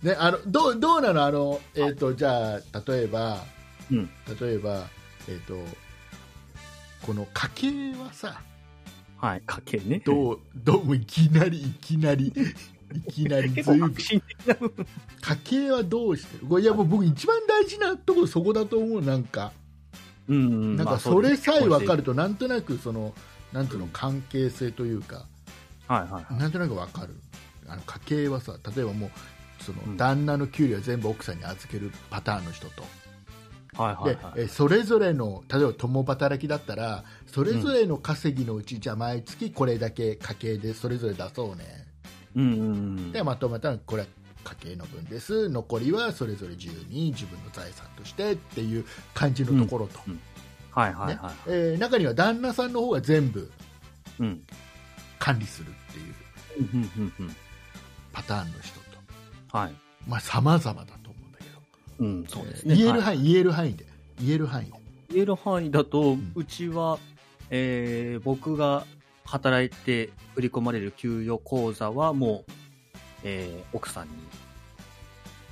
B: ね、あのどうどうなのあの、えーとじゃあ例えば、
C: うん
B: 例えば、えー、とこの家計はさ
C: はい、家計ね。う
B: どうどうもいきなりいきなりいきなり
C: 結
B: ずい
C: 構
B: ぶん
C: 革新的な部分。
B: 家計はどうしてるこれいやもう僕一番大事なところそこだと思うなんか、
C: うん、うん。
B: なん
C: まあ
B: かそれさえ分か。
C: そうで
B: るとなんとなくそのなんていうの関係性というか
C: すはいはいはい。
B: なんとなく分かるあの家計はさ例えばもうその
C: うん
B: 旦那の給料は全部奥さんに預けるパターンの人と。
C: はいはい
B: で
C: はい。
B: えーそれぞれの例えば共働きだったらそれぞれの稼ぎのうち、じゃあ毎月これだけ家計でそれぞれ出そうね
C: うんうんうん。
B: でまとめたらこれは家計の分です残りはそれぞれ自由に自分の財産としてっていう感じのところと、
C: うんはいはい
B: ね
C: はい。
B: えー中には旦那さんの方が全部
C: うん。うん
B: 管理するっていう
C: うんうんうん。
B: パターンの人と
C: はい。
B: まあ様々だと思うんだけど、
C: うん、そうです
B: え
C: ね。
B: ー言える
C: は
B: 範
C: い
B: 囲、言える範囲で言える範囲で
C: 言える範囲だと、うんちは、えー僕が働いて振り込まれる給与口座はもう、えー奥さんに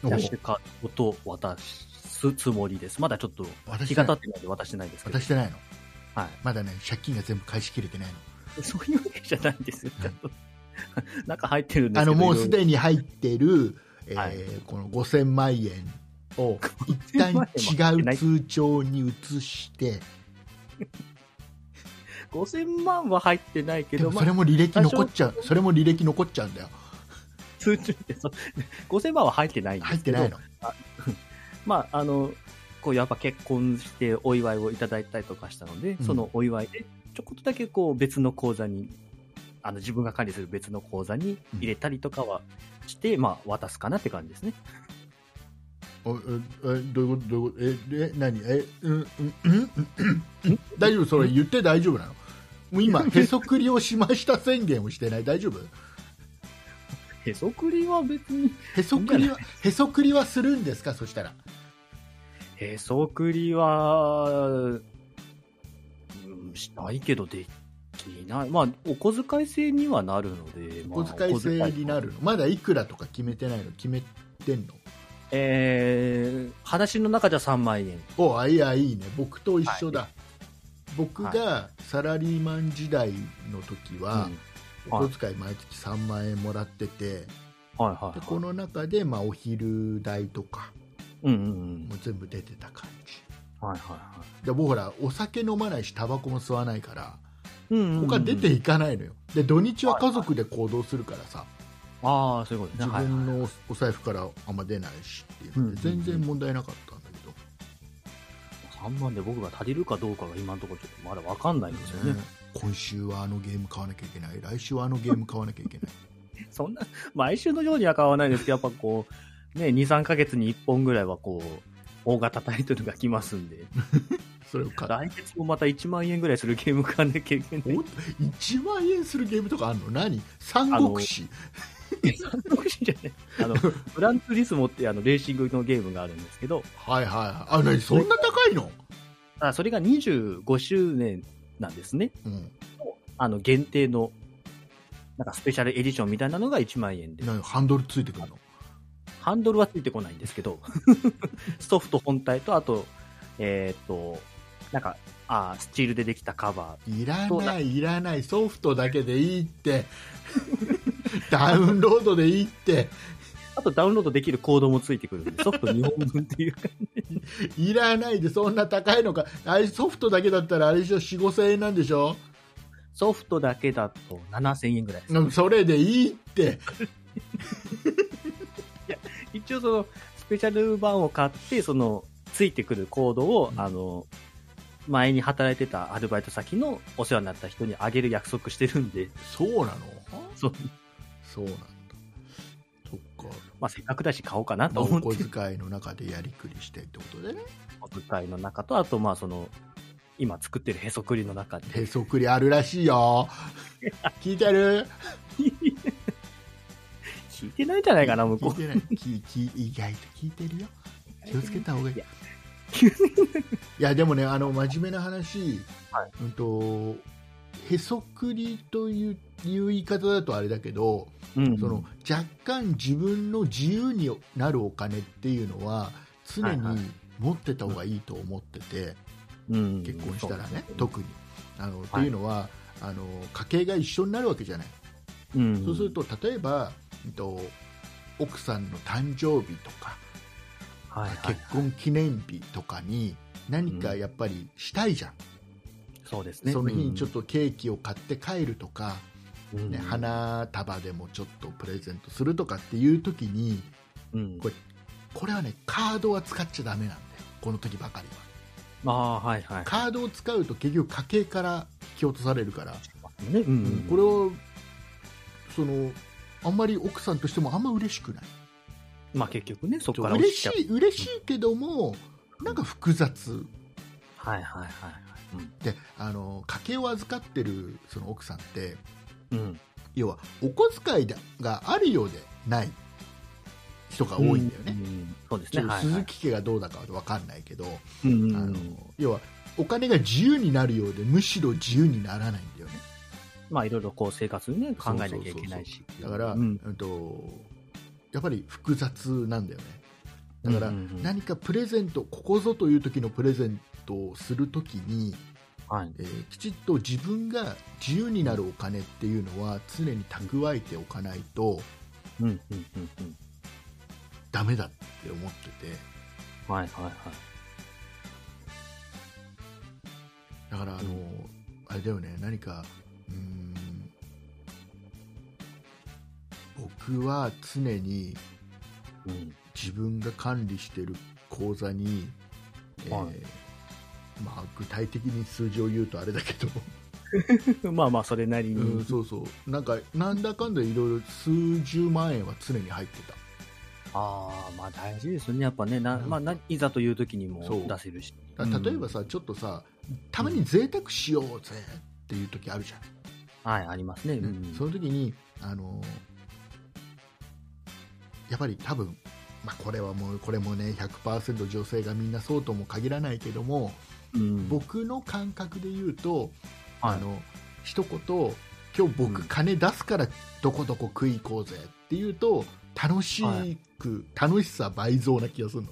C: キャッシュカードと渡すつもりです。まだちょっと
B: 渡して
C: 日
B: な
C: が
B: い
C: 経ってないので渡してないですけど
B: 渡、してないの
C: は
B: まだね、借金が全部返しきれてないの。
C: い。 そういうわけじゃないんですよ。ちゃんと。 中入ってるんです
B: あ
C: けど。
B: のもう
C: いろい
B: す
C: ろ
B: でに入ってる、えー
C: はい
B: この5000万円を一旦違う通帳に移して、
C: 5000万は入ってない け
B: で
C: ど、
B: も
C: ま
B: そ
C: あ
B: れ、も履歴残っちゃう、それも履歴残っちゃうんだよ、
C: 通知ってそう、5000万は入ってないんで
B: 入っ
C: す
B: て
C: けど、
B: ないの、
C: まあ、あの、こう、やっぱ結婚してお祝いをいただいたりとかしたので、
B: うん
C: そのお祝いで、ちょこっとだけこう、別の口座に、あの、自分が管理する別の口座に入れたりとかはして、まあ、渡すかなって感じですね。
B: おええどういうこと、どういうこと、え、え何、え、うん、うん、うん、うん、 大丈夫、それ言って大丈夫なの、もう 今、へそくりをしました宣言をしてない、大丈夫
C: へそくりは別に、
B: へそくりは、へそくりはするんですか、そしたら、
C: へそくりは、うん、したいけどできない。まあ、お小遣い制にはなるので、まあ
B: お小遣い制になるの、まだいくらとか決めてないの、決めてんの
C: えー、話の中じゃ3万円。
B: おあいやいいね僕と一緒だ、僕がサラリーマン時代の時は、
C: うん
B: お小遣い毎月3万円もらってて、
C: はいはい、はい。
B: でこの中で、まあ、お昼代とか
C: うんうんうん。
B: も全部出てた感じ
C: はいはいは
B: で僕ほらお酒飲まないしタバコも吸わないから
C: い。うんうんうん
B: 他出ていかないのよで土日は家族で行動するからさ、
C: ああ、そういうことで
B: 自
C: すね。
B: 分
C: はいはい
B: のお財布からあんま出ないしっていうので
C: うんうんう
B: 全
C: ん
B: 然問題なかったんだけど、
C: 3万で僕が足りるかどうかが今のところちょっとまだわかんないんですよね。
B: 今週はあのゲーム買わなきゃいけない来週はあのゲーム買わなきゃいけない
C: そんな、毎週のようには買わないですけど、やっぱこう、ね、2、3ヶ月に1本ぐらいはこう、大型タイトルが来ますんで、
B: それを買っ
C: 来月もまた1万円ぐらいするゲーム買わなきゃいけない。
B: お1万円するゲームとかあるの何三国志
C: 三国志じゃない。あの、グランツーリスモってあの、レーシングのゲームがあるんですけど、
B: はいはいはいあ何そんな高いの、
C: あそれが25周年なんですね。
B: うん、
C: あの、限定の、なんかスペシャルエディションみたいなのが1万円で。
B: 何ハンドルついてくるの
C: ハンドルはついてこないんですけど、 ソフト本体と、あと、えーっと、なんか、あースチールでできたカバ
B: いら
C: そう
B: な
C: だ
B: いいらないソフトだけでいいって ダウンロードでいいって
C: ー、あとダウンロードできるコードもついてくるんで、ソフト2本分って いうか、
B: いらないでそんな高いのかあれソフトだけだったらあれでしょ4 5千円なんでしょ
C: ソフトだけだと7000円ぐらいです。
B: うんそれでいいって
C: 一応その、スペシャル版を買って、その、ついてくるコードを、あの、前に働いてたアルバイト先のお世話になった人にあげる約束してるんで、
B: そうなの
C: そう
B: そうなんだそっか
C: まあ、せっかくだし買おうかなと
B: お
C: 思って
B: 小遣いの中でやりくりしてってことでね
C: お小遣いの中と、あと、まあ、その、今作ってるへそくりの中で。
B: へそくりあるらしい よ聞いてる
C: 聞いてないんじゃないかな、向こ
B: 聞いてない聞聞意外と聞いてるよ気をつけた方がいい
C: い
B: い
C: や
B: やでもねあの真面目な話、
C: は
B: うんとへそくりといういう言い方だとあれだけど、
C: う。うん
B: その若干自分の自由になるお金っていうのは常
C: はいはい
B: に持ってた方がいいと思ってて、
C: うん
B: 結婚したらね、
C: そう
B: 特にあの、っていうのはあの家計が一緒になるわけじゃない
C: うん
B: そうすると例えば、えっと、奥さんの誕生日とか、
C: はいはい
B: 結婚記念日とかに何かやっぱりしたいじゃん、
C: そうですね。
B: その日にちょっとケーキを買って帰るとか、
C: うん、
B: ね、花束でもちょっとプレゼントするとかっていう時に
C: うん
B: これこれはねカードは使っちゃダメなんだよこの時ばかりは
C: ああ、はいはい。
B: カードを使うと結局家計から引き落とされるから、
C: ね、うんうん
B: これをそのあんまり奥さんとしてもあんま嬉しくない
C: まあ結局ね、そこから
B: 嬉し
C: い。
B: い嬉しいけどもなんか複雑
C: はいはいはいはい。
B: であの家計を預かってるその奥さんって
C: うん。うん
B: 要はお小遣いだがあるようでない人が多いんだよね、
C: ううんそうです
B: ち
C: ね。
B: ょっと
C: はいは
B: 鈴
C: い。
B: 木家がどうだかは分かんないけど、
C: うんうん
B: あ
C: うん
B: の要はお金が自由になるようでむしろ自由にならないんだよね
C: まあいろいろこう生活ね、考えなきゃいけないし。
B: だから、
C: うん
B: うんとやっぱり複雑なんだよねだから
C: うんうんうん
B: 何かプレゼントここぞという時のプレゼントをする時に
C: はい。
B: えーきちっと自分が自由になるお金っていうのは常に蓄えておかないと
C: うんうんうんうん。
B: ダメだって思ってて
C: はいはいはい。
B: だからあの、あれだよね何かうーん僕は常に
C: うん。
B: 自分が管理してる口座に、えー
C: はい
B: まあ、具体的に数字を言うとあれだけど、
C: まあまあ、それなりに。
B: うん、そうそうなんかなんだかんだいろいろ数十万円は常に入ってた。
C: ああ、まあ大事ですよね。やっぱね、なまあ、ないざという時にも
B: そう
C: 出せるし。
B: だから例えばさ、ちょっとさたまに贅沢しようぜっていう時あるじゃん、
C: うん、はい、ありますね。うんうん。
B: その時にあのやっぱり多分、まあ、これはもうこれもね100%女性がみんなそうとも限らないけども
C: うん、
B: 僕の感覚で言うと、
C: は
B: あ
C: い
B: の一言今日僕金出すからどこどこ食い行こうぜっていうと楽しく、楽しさ倍増な気がするの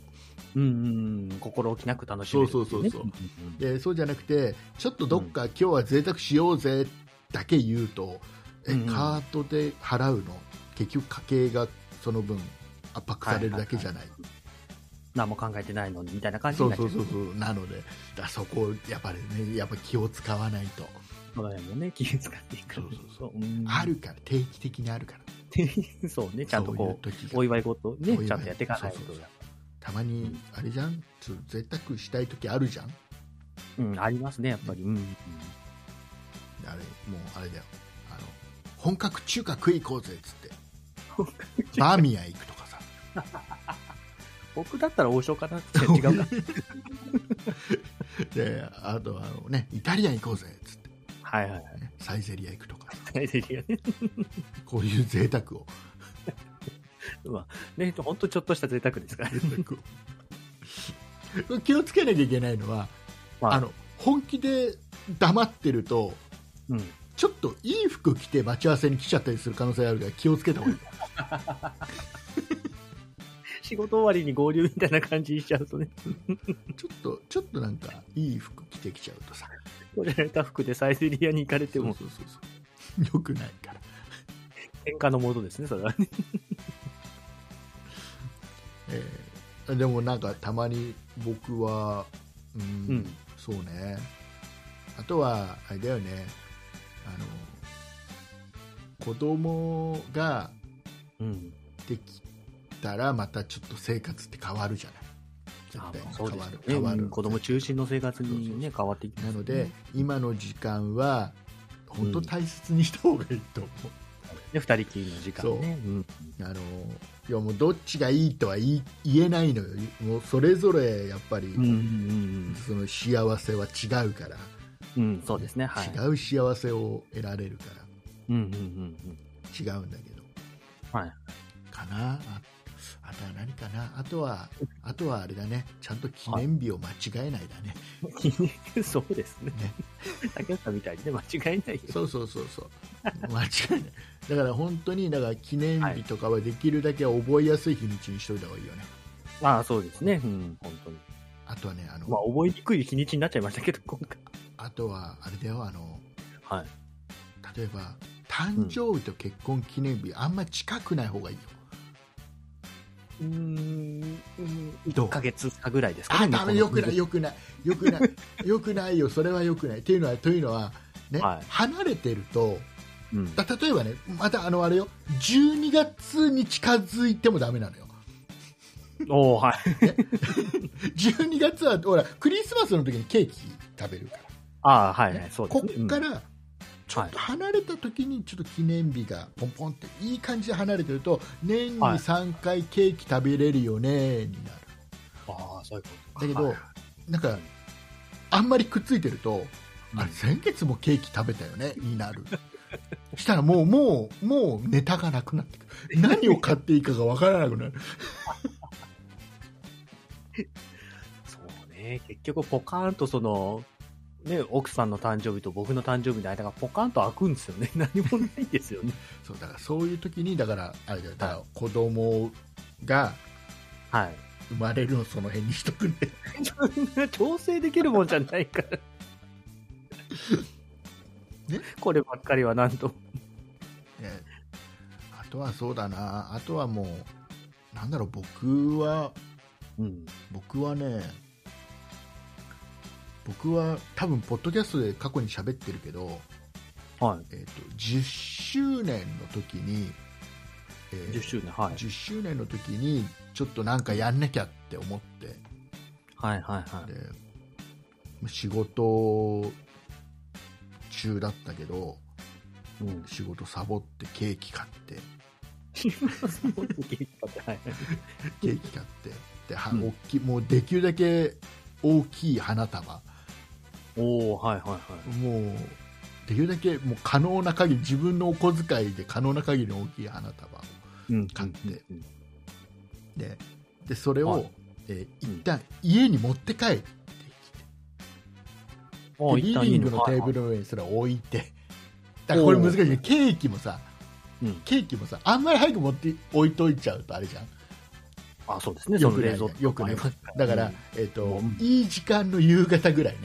C: うんうんうん、心置きなく楽しめるっていね、
B: そうそうそうそう
C: うんうん
B: でそうじゃなくてちょっとどっか今日は贅沢しようぜだけ言うと、え
C: うん
B: カートで払うの結局家計がその分圧迫されるだけじゃない,、
C: 何も考えてないのにみたいな感じ
B: そ
C: に
B: う
C: なっち
B: そ
C: ゃ
B: うそう
C: う。
B: そうなのでだからそこをやっぱりねやっぱ気を使わないと
C: その辺もね、気を使っていく。
B: そうそうそう
C: う。ん、
B: あるから定期的にあるから
C: って、 そうね、ちゃんとこ
B: そういう時
C: う、
B: が
C: お祝い事ね
B: お祝、い
C: ちゃんとやっていかないと。
B: そうそうたまにあれじゃんちょっと贅沢したい時あるじゃん
C: うん、ありますね、やっぱり。うん。うん
B: あれもうあれだよあの本格中華食い行こうぜっつってバーミヤン行くとかさ
C: 僕だったら王将かなって違うか。
B: であとはあの、ね、イタリアン行こうぜっつって、
C: はいはい
B: ね、サイゼリア行くとか
C: はい。 セリアね。
B: こういう贅沢を
C: ね、ほんとちょっとした贅沢ですから。
B: 贅沢を気をつけなきゃいけないのは、
C: ま
B: あ、の本気で黙ってると
C: うん。
B: ちょっといい服着て待ち合わせに来ちゃったりする可能性あるから気をつけた方がいいよ
C: 仕事終わりに合流みたいな感じにしちゃうとね、
B: ちょっとちょっとなんかいい服着てきちゃうとさ
C: これられた服でサイゼリアに行かれても、
B: そうそうそうそうよくないから
C: 喧嘩のモードですね、それはね。
B: えーでもなんかたまに僕はうん、
C: うん
B: そうねあとはあれだよねあの子供が
C: うん。
B: できたらまたちょっと生活って変わるじゃない
C: あ
B: 絶対
C: まあそうですよね。
B: 変わる
C: うん子供中心の生活
B: そう
C: に
B: そう
C: ね、変わっていき
B: そう
C: ま
B: な
C: すよ
B: の
C: ね
B: で、今の時間は本当大切にした方がいいと思う、
C: で、二人きりの時間ね。うん
B: あのいやもうどっちがいいとは言い言えないのよもうそれぞれやっぱり、
C: うんうん
B: その幸せは違うから、
C: うんうん。うん、そうですね。はい。
B: 違う幸せを得られるか
C: うんうんうん
B: ら違うんだけど
C: うん。はい。
B: かなああとは何かなあとはあとはあれだねちゃんと記念日を間違えないだね、
C: 気にそうですね
B: ね。
C: 竹内さんみたいにね、間違いないよ。
B: そうそうそうそう間違えないだから本当にだから記念日とかはできるだけ覚えやすい日にちにしといた方がいいよね
C: まあそうですね。うん、本当に。
B: あとはねあの、
C: まあ覚えにくい日にちになっちゃいましたけど、今回。
B: あとはあれだよあの
C: はい。
B: 例えば誕生日と結婚記念日、あんま近くない方がいいよ
C: うーん、
B: どう
C: 1ヶ月差ぐらいですか
B: あ
C: ね。
B: ダメよくないよくないよくない よくないよそれはよくないっていうのはというのはね、
C: はい
B: 離れてると
C: うん
B: だ例えばねまたあのあれよ12月に近づいてもダメなのよ
C: おおはい。
B: 12月はほらクリスマスの時にケーキ食べるから、
C: ああ、はい、はい、そうです
B: こ
C: ね。
B: っか
C: うん
B: らちょっと離れた時にちょっと記念日がポンポンっていい感じで離れてると年に
C: はい
B: 3回ケーキ食べれるよねになる、
C: ああ、そういうこと
B: だけど、
C: はい
B: なんかあんまりくっついてると、
C: うん
B: あれ先月もケーキ食べたよねになる したらもうもうもうネタがなくなってくる何を買っていいかがわからなくなる
C: そうね、結局ポカーンとその、ね、奥さんの誕生日と僕の誕生日の間がポカーンと開くんですよね。 何もないんですよね。
B: そうだからそういう時にだからあれだよだから子供が
C: はい。
B: 生ま れるのその辺にしとくね
C: そんな調整できるもんじゃないから。こればっかりはなんとも。
B: ねあとはそうだなあとはもうなんだろう僕は
C: うん。
B: 僕はね僕は多分ポッドキャストで過去に喋ってるけど、
C: はい。
B: えっと10周年の時に、えー
C: 10周年、はい。
B: 10周年の時にちょっとなんかやんなきゃって思って
C: はいはいはい。
B: で仕事中だったけど
C: うん。
B: 仕事サボってケーキ買って
C: はい。
B: ケーキ買ってでは
C: うん
B: 大きいもうできるだけ大きい花束
C: おおはいはいはい。
B: もうできるだけもう可能な限り自分のお小遣いで可能な限りの大きい花束を
C: うん。
B: 買って
C: うん。
B: ででそれを、
C: はい
B: えー
C: うん
B: 一旦家に持って帰って
C: おー
B: きて、で
C: 一旦
B: リ
C: い
B: ビ
C: い
B: ング
C: の
B: の
C: は
B: テ
C: い
B: ー
C: は
B: ブ
C: い
B: ルの上にそれを置いてだからこれ難しいねケーキもさ
C: うん。
B: ケーキもさあんまり早く持って置いといちゃうとあれじゃん
C: あ、そうですね。
B: よ
C: そ
B: く
C: の
B: ない
C: 冷蔵庫
B: よくない
C: ありますら
B: だから、
C: うん
B: えっと
C: うん
B: いい時間の夕方ぐらいね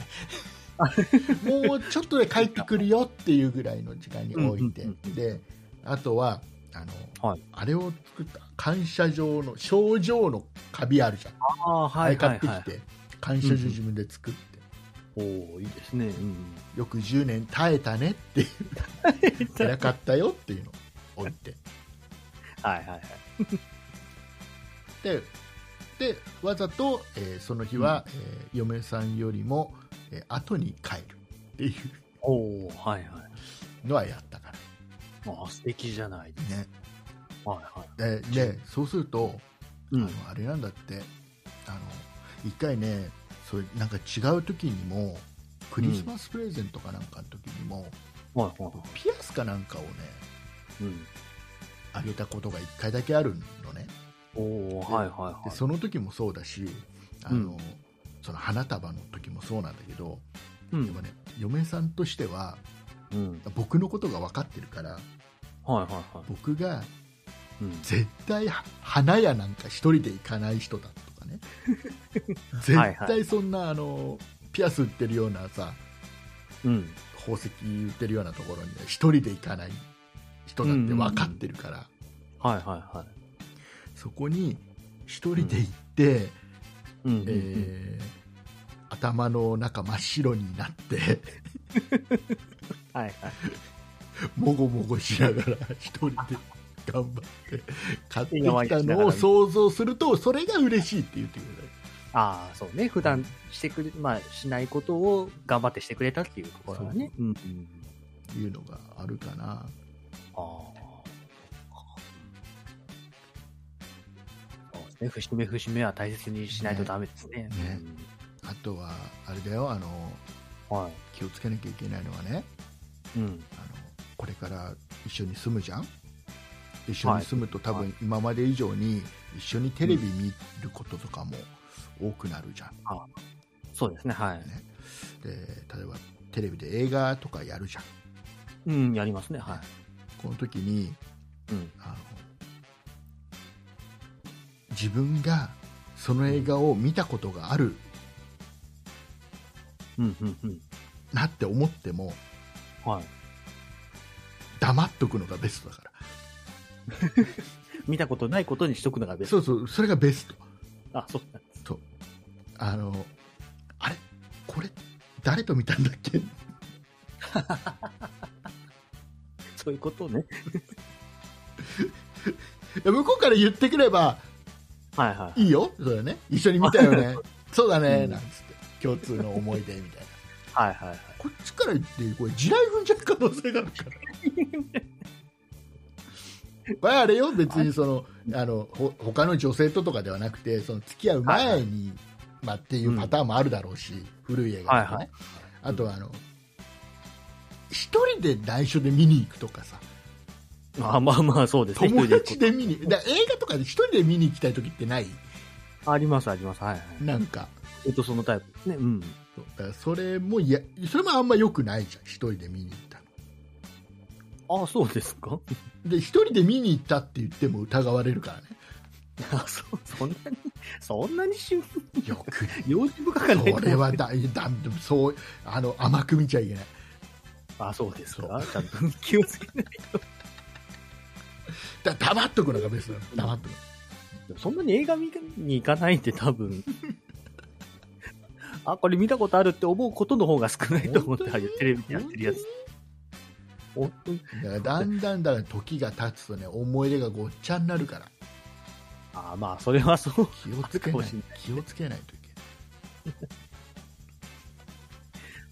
B: もうちょっとで帰ってくるよっていうぐらいの時間に置いて、
C: うんうんうんうん
B: であとはあの、
C: はい
B: あれを作った感謝状の賞状のカビあるじゃん、
C: あーはい
B: あ
C: は
B: れ
C: い
B: 買
C: は
B: って
C: い。
B: きて感謝状自分で作って、
C: おおいいですね。うん。
B: よく10年耐えたねって いう偉かったよっていうのを置いて
C: はいはいはい。
B: ででわざと、えーその日は、えー嫁さんよりも、えー後に帰るっていう
C: おおはいはい。
B: のはやったか
C: あー素敵じゃないです
B: らね
C: か。はいはい。
B: ででそうすると、
C: う
B: あの
C: ん。
B: あれなんだってあの一回ねそれなんか違う時にもクリスマスプレゼントかなんかの時にも、
C: はいは
B: ピアスかなんかをね
C: い。うん。
B: あげたことが一回だけあるのね
C: おおはいはい
B: で
C: はい。
B: その時もそうだしあの、
C: うん
B: その花束の時もそうなんだけど
C: う
B: でもね嫁さんとしては
C: うん。
B: 僕のことが分かってるから
C: はいはいはい。
B: 僕が
C: うん。
B: 絶対花屋なんか一人で行かない人だと かね
C: はい
B: 絶対そんなあのピアス売ってるようなさ
C: うん。
B: 宝石売ってるようなところにね一人で行かない人だって分かってるから、
C: はいはいはい。
B: そこに一人で行って、
C: うんうんうん。
B: えー頭の中真っ白になって
C: はいはい。
B: もごもごしながら一人で頑張って買って
C: 弱
B: き
C: い
B: た
C: しなが
B: のを
C: ら
B: 想像するとそれが嬉しいって言ってくれる
C: ああ、そうね。普段してくれ、まあ、しないことを頑張ってしてくれたっていうところはね。うん。うん
B: っていうのがあるかな
C: ああ。そうですね。節目節目は大切にしないとダメですね。
B: ねあとはあれだよあの
C: うんは
B: 気をつけなきゃいけないのはね
C: い。うん。
B: あのこれから一緒に住むじゃん一緒に住むと多分今まで以上に一緒にテレビ見ることとかも多くなるじゃん、
C: そうですね。はい。
B: ねで例えばテレビで映画とかやるじゃん
C: うん、やりますね。は
B: この時に
C: い。うん。
B: あの自分がその映画を見たことがある
C: うん、うん、うん。
B: なって思っても
C: はい。
B: 黙っとくのがベストだから
C: 見たことないことにしとくのがベスト。
B: そうそうそれがベスト
C: あ、そう なんです。
B: あのあれこれ誰と見たんだっけ
C: そういうことをね。
B: いや向こうから言ってくれば
C: はいはい。
B: いいよ、それね、一緒に見たよ ね、そうだね、
C: うん
B: なんつって、共通の思い出みたいな、
C: はいはいはい。
B: こっちから言って、これ、地雷踏んじゃう可能性がある から、これ、あれよ、別にそのあのほ他の女性ととかではなくて、その付き合う前に、まあ、っていうパターンもあるだろうし、古い映画とかね、
C: はいはい
B: あとはあの、一人で内緒で見に行くとかさ。
C: あまあまあ、そうですね。
B: 友
C: 一
B: 達
C: 人で
B: で 見にだから映画とかで一人で見に行きたい時ってない
C: ありますあります。はいはい。
B: なんか
C: ずっとそのタイプですね。うん。
B: そうだからそれもいやそれもあんま良くないじゃん一人で見に行った
C: あそうですか
B: ので一人で見に行ったって言っても疑われるからね
C: あそう、そんなに、そんなにし、
B: よく
C: 用事深かない
B: それはだだそうあの甘く見ちゃいけない
C: あ、そうですか。ちゃんと気をつけない
B: だ黙っとくのがベストなの黙っとく
C: と。そんなに映画見に行かないって多分。 あ、これ見たことあるって思うことの方が少ないと思って、ああいうテレビでやってるやつ。本当に
B: だからだんだんだから時が経つとね思い出がごっちゃになるから
C: あまあ、それはそう。
B: 気をつけ
C: あ
B: な
C: かも
B: い
C: しん
B: 気をつけないといけない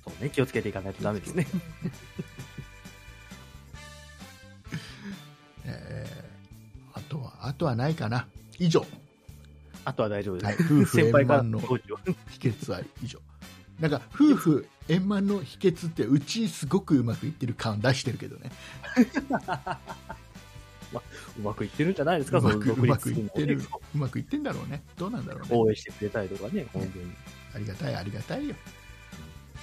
C: そうね、気をつけていかないとダメですね。
B: えーあとはあとはないかな以上
C: あとは大丈夫で
B: はい
C: す。
B: 夫婦
C: 先輩から
B: 円満
C: の
B: の
C: 当時は。
B: 秘訣は以上なんか夫婦円満の秘訣ってうちすごくうまくいってる感出してるけどね
C: うまくいってるんじゃないですか、
B: うま
C: その
B: く
C: 独
B: う
C: 立
B: まくいって
C: チームを
B: る
C: ね
B: うまくいってんだろうねどうなんだろうね
C: 応援してくれたりとかね、本当に。
B: ありがたいありがたいよ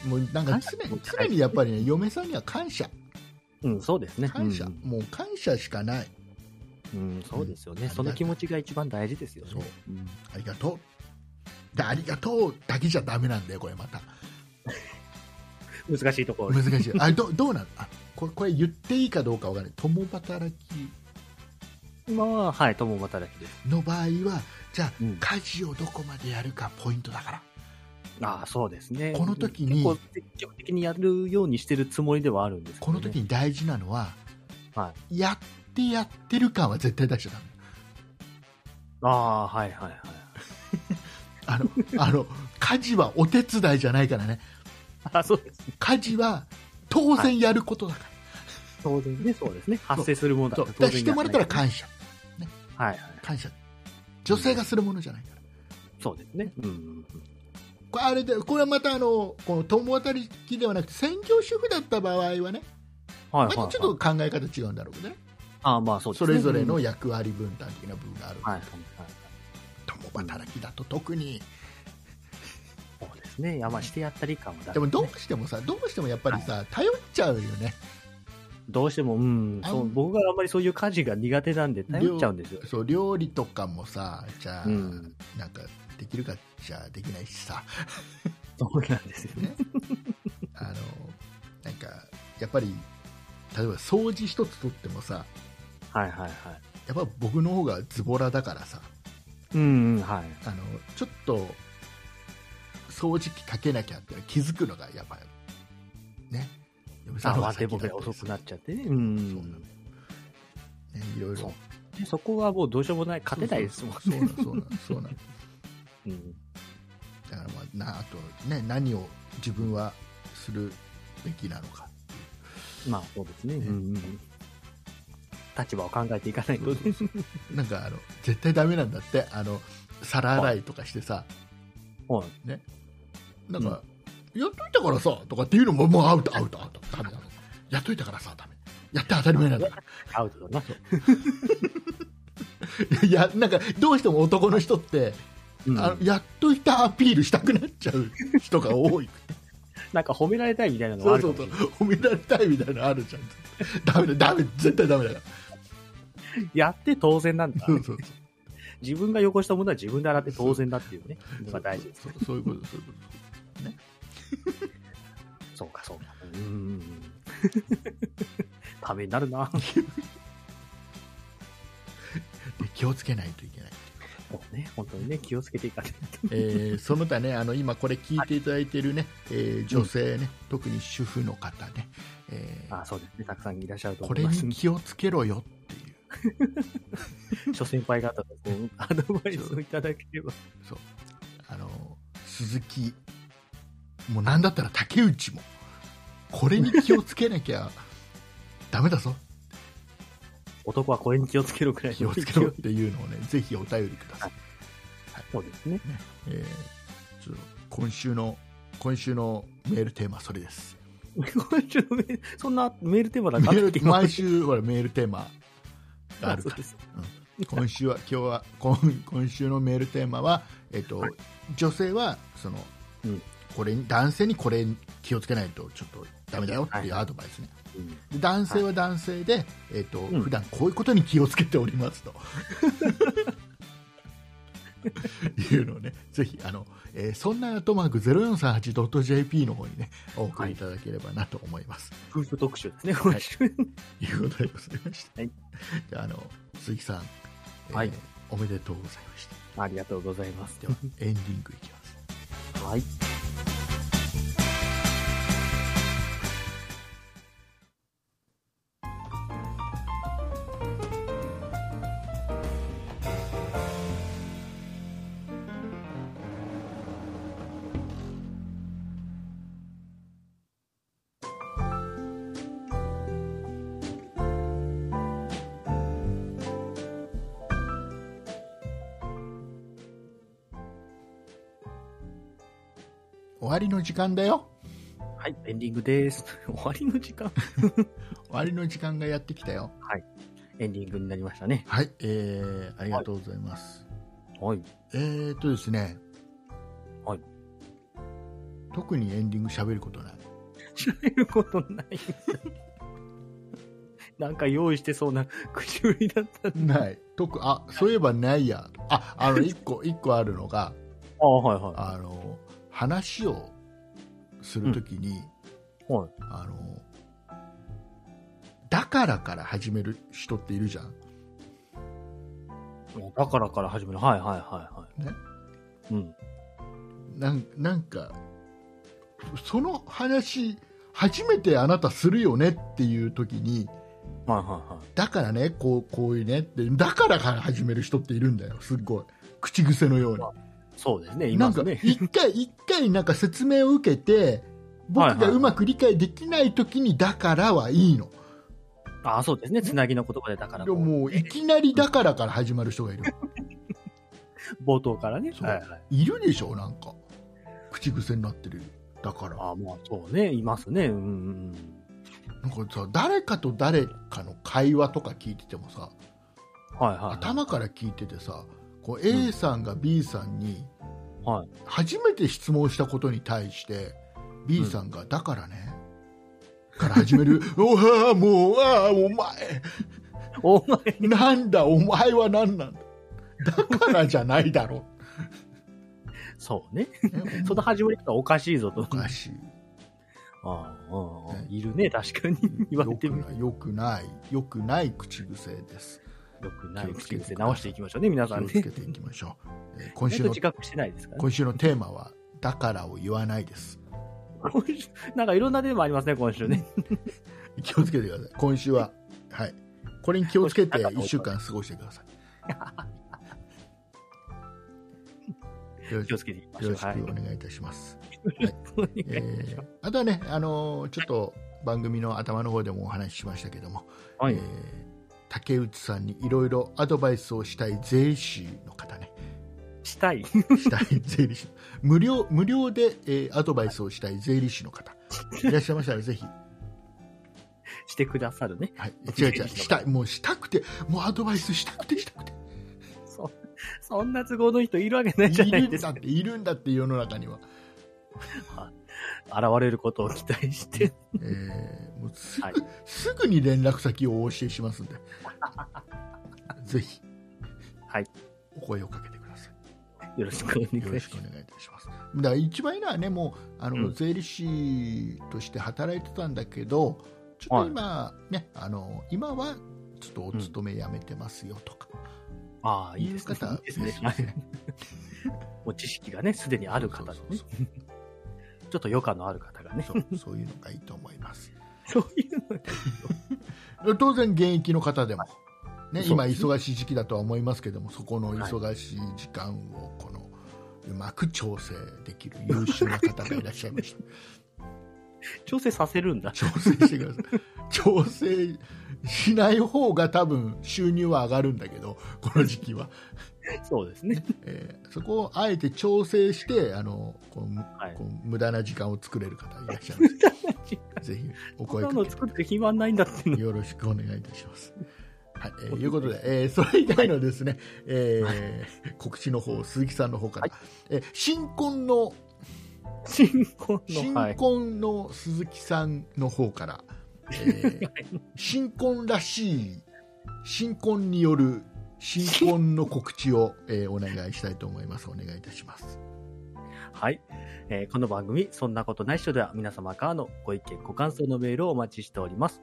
B: もうなんか
C: 感謝
B: 常に常にやっぱりね嫁さんには感謝
C: うん、そうですね。
B: 感謝、
C: うん
B: もう感謝しかない
C: うん、そうですよ
B: う
C: ね。
B: ん
C: その気持ちが一番大事ですよね。
B: そう
C: うん
B: ありがとうでありがとうだけじゃダメなんだよこれまた
C: 難しいところ。
B: 難しいあどどうなのあこれこれ言っていいかどうかわからない共働き
C: まあ、はい、共働きです。
B: の場合はじゃあ、
C: うん
B: 家事をどこまでやるかポイントだから
C: ああ、そうですね。
B: この時に
C: 結構積極的にやるようにしてるつもりではあるんですけど
B: こ
C: ね
B: の時に大事なのは、
C: は
B: やってやってる感は絶対出しちゃダメ
C: ああ、はいはいはい。
B: あの あの家事はお手伝いじゃないからね
C: あ そうですね。
B: 家事は当然やることだか
C: 当然ね、そうですね。発生するもの
B: ら、
C: だ
B: そう
C: 当然
B: 出してもらったら
C: や
B: 感謝
C: らないはいはい。
B: 感謝女性がするものじゃないから
C: そうですね。うんうんうん。
B: これあれでこれはまたあのこの共働きではなくて専業主婦だった場合はね
C: はい
B: ま
C: はい、
B: た
C: はい。
B: ちょっと考え方違うんだろうけどね
C: ああ、まあそうです
B: そ
C: ね。
B: れぞれの
C: うん
B: 役割分担的な部分がある、
C: はいはいはい。
B: 共働きだと特に
C: そうですね。やまあしてやったり感もだ
B: でもどうしてもさどうしてもやっぱりさ頼っちゃうよね
C: どうしても、うん、
B: あん
C: そう僕があんまりそういう家事が苦手なんで頼っちゃうんですよ。
B: そう料理とかもさじゃあ、
C: うん
B: なんかできるかじゃあできないしさ
C: そうなんですよね。
B: あのなんかやっぱり例えば掃除一つとってもさ
C: はいはいは
B: や
C: い。
B: っぱ僕の方がズボラだからさ
C: うん、うん、はい。
B: あのちょっと掃除機かけなきゃって気づくのがやっぱね嫁さんの方が
C: 慌て
B: 先だ
C: ぼ
B: った
C: べ
B: りさ
C: 遅くなっちゃってね。う
B: そうなの
C: ん
B: よ。ねいろい
C: そう
B: ろ
C: でそこはもうどうしようもない、勝てないですもん。
B: そうそうそうなのそうなのそうなの
C: うん
B: だからまあなあとね何を自分はするべきなのか
C: まあそうですね。うんうん立場を考えていかないとね。
B: なんかあの絶対ダメなんだってあの皿洗いとかしてさ
C: はい
B: なんか、やっといたからさとかっていうのももうアウトアウトアウトダメだやっといたからさダメやって当たり前なんだか
C: アウトだな。
B: らいやなんかどうしても男の人って、
C: うん
B: あのやっといたアピールしたくなっちゃう人が多 い
C: なんか褒められたいみたいなのが
B: そ
C: あ
B: う
C: る
B: そ
C: かも
B: うそう
C: しれない
B: 褒められたいみたいなのあるじゃんダメだダメ絶対ダメだから
C: やって当然なんだ
B: そ。うそうそう
C: 自分が汚したものは自分で洗って当然だっていうね。のが大事です。
B: そうそうそういうことそういうこと
C: そうか、そうか。うんうんうん。ためになるな。
B: で気をつけないといけない、
C: もうね、本当にね、気をつけていかないと。
B: えーその他ねあの今これ聞いていただいてるね、えー女性ね、特に主婦の方ね、えー
C: あそうですね、たくさんいらっしゃると
B: こ
C: 思
B: れ
C: います
B: に。気をつけろよっていう
C: 諸先輩方のこうアドバイスをいただければ。
B: そうあの鈴木もう何だったら竹内もこれに気をつけなきゃ ダメだぞ
C: 男はこれに気をつけろくらい
B: 気をつけろっていうのをねぜひお便りください、
C: そうですね。
B: えーちょっと今週の今週のメールテーマそれです
C: 今週のメールそんなメールテーマなん
B: メ
C: かあった
B: ー
C: っけ
B: ル毎週ほらメールテーマがある
C: そう
B: から
C: です
B: 今週は今日は今今週のメールテーマは、えっと
C: はい
B: 女性はその、
C: うん
B: これに男性にこれに気をつけないとちょっとダメだよっていう
C: はい
B: アドバイスね、
C: うん
B: で男性は男性で、えっと
C: うん
B: 普段こういうことに気をつけておりますと いうのをね、ぜひ、あの、えーそんなアットマーク 0438.jp の方にね、お送りいただければなと思います。
C: 夫婦特集ですね、今週。
B: ということでございました。
C: はい
B: じゃあ、あの、鈴木さん、えー
C: はい
B: おめでとうございました。
C: ありがとうございます。で
B: では、エンディングいきます。
C: は、はい。
B: 終わりの時間だよ。
C: はい、エンディングです。終わりの時間。
B: 終わりの時間がやってきたよ。
C: エンディングになりましたね。
B: はい、えー、ありがとうございます。
C: はい。
B: えーとですね、
C: はい。
B: 特にエンディング喋ることない。
C: 喋ることない。 なんか用意してそうな口ぶりだった。
B: ない。特、あ、そういえばないや。あ、あの、一個、 一個あるのが、
C: ああ、はいは
B: あの、話をするときに、
C: い。はい。
B: あの、だからから始める人っているじゃん。
C: だからから始める。はいはいはいはい。
B: ね
C: うん。
B: なんなんか、その話、初めてあなたするよねっていうときに、
C: はいはいはい。
B: だからね、こう、こういうねって、だからから始める人っているんだよ、すっごい。口癖のように。
C: そうですね、い
B: な
C: ま
B: んか
C: すね。
B: 一回一回なんか説明を受けて僕
C: はいは
B: が
C: いはいう
B: まく理解できないときに「だから」はいいの、
C: ああ、そうですね。つなぎの言葉で、だから
B: で
C: こ
B: も
C: う、
B: もういきなり「だから」から始まる人がいる
C: 冒頭からね。
B: そう
C: はいはい。
B: いるでしょなんか口癖になってるだから
C: ああ、まあそうね、いますね。うんうんうん。
B: なんかさ誰かと誰かの会話とか聞いててもさ
C: はいはいはい。
B: 頭から聞いててさこう A さんが B さんに
C: はい
B: 初めて質問したことに対して B さんが「だからね」から始める「 おはもうああお前」
C: お前、
B: なんだ、お前は何なんだ。だからじゃないだろ
C: そうね。
B: う。
C: その始まり方おかしいぞと。
B: おかしい。
C: ああああ
B: ね
C: いるね、確かに。 言われてみる
B: よくない、よくない、よくない口癖です。
C: よくない
B: 気をつけ
C: 口
B: てくださ
C: 癖
B: い
C: 直していきましょうね、皆
B: 気
C: さ
B: を
C: ん
B: つ
C: ね
B: け。ていきましょう。えー今
C: 意外
B: 週
C: と
B: の
C: 自、覚してないですからね。
B: 今週のテーマは、だからを言わないです。
C: 今週 なんかいろんなテーマありますね、今週ね。
B: 気をつけてください。今週は、はい。これに気をつけて1週間過ごしてください。よろし
C: 気をつけていきましょ
B: よ
C: う。
B: ろしく
C: はい。
B: お願いいたします。
C: お願いし
B: えーあとはね、あのーちょっと番組の頭の方でもお話ししましたけども、
C: はい
B: えー竹内さんにいろいろアドバイスをしたい税理士の方ね、
C: したい。
B: したい税理士無料無料で、えーアドバイスをしたい税理士の方、いらっしゃいましたらぜひ、
C: してくださるね。
B: はい、 違う違う、したい、もうしたくて、もうアドバイスしたくて、したくて、
C: そそんな都合のいい人いるわけ ないじゃ
B: い
C: な
B: る
C: い
B: ん
C: です
B: だ
C: か
B: っ。て、いるんだって、世の中に は、
C: 現れることを期待して。
B: えーもうすぐ、
C: はい
B: すぐに連絡先をお教えし ますんで、ぜひ、
C: はい
B: お声をかけてください。
C: よろしくお願い
B: よろし
C: し
B: くお
C: ま
B: 願いいたします。だから一番いいのはね、もうあの、
C: うん
B: 税理士として働いてたんだけど、ちょっと今、ねあの今はちょっとお勤めやめてますよとか、
C: す。ああ、いい
B: い
C: で
B: う
C: すね
B: 方。
C: いいですね。はいもう知識がね、 すでにある方で
B: そう
C: ね
B: そ。
C: ちょっと余暇のある方がね。
B: うそうそうそういうのがいいと思います。
C: そういうの。
B: 当然、現役の方でも、ね、
C: そう
B: 今、忙しい時期だとは思いますけども、そこの忙しい時間をこの、うまく調整できる優秀な方がいらっしゃいました。
C: 調整させるんだ。
B: 調整してください調整しない方が多分収入は上がるんだけどこの時期は、
C: そうですね。
B: えーそこをあえて調整してあのこうむ
C: はい
B: こう無駄な時間を作れる方いらっしゃいますぜひお
C: こ
B: 声
C: んな
B: か
C: の
B: け
C: 作ってる暇ないんだっていうの。
B: よろしくお願いいたしますはい、えーいうことで、えーそれ以外のですね、えー告知の方、鈴木さんの方から、
C: はい
B: えー新婚の、
C: 新婚
B: 新
C: の。はい。
B: 婚の鈴木さんの方から、えー新婚らしい新婚による新婚の告知を、えーお願いしたいと思います。お願いいたします。
C: はい、えーこの番組「そんなことないっしょ」では皆様からのご意見ご感想のメールをお待ちしております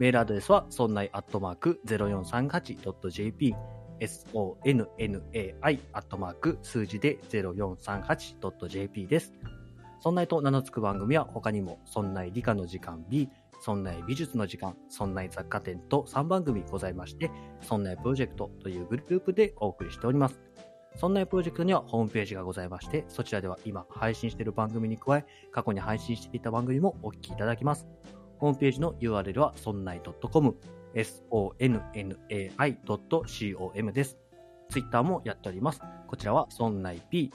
C: メールアドレスはそんないアットマーク 0438.jp sonnai アットマーク数字で 0438.jp ですそんないと名の付く番組は他にも「そんない理科の時間 B」「そんない美術の時間」「そんない雑貨店」と3番組ございまして「そんないプロジェクト」というグループでお送りしておりますそんなプロジェクトにはホームページがございまして、そちらでは今配信している番組に加え、過去に配信していた番組もお聞きいただけます。ホームページの URL はそんない .com、sonnai.com です。ツイッターもやっております。こちらはそんない p、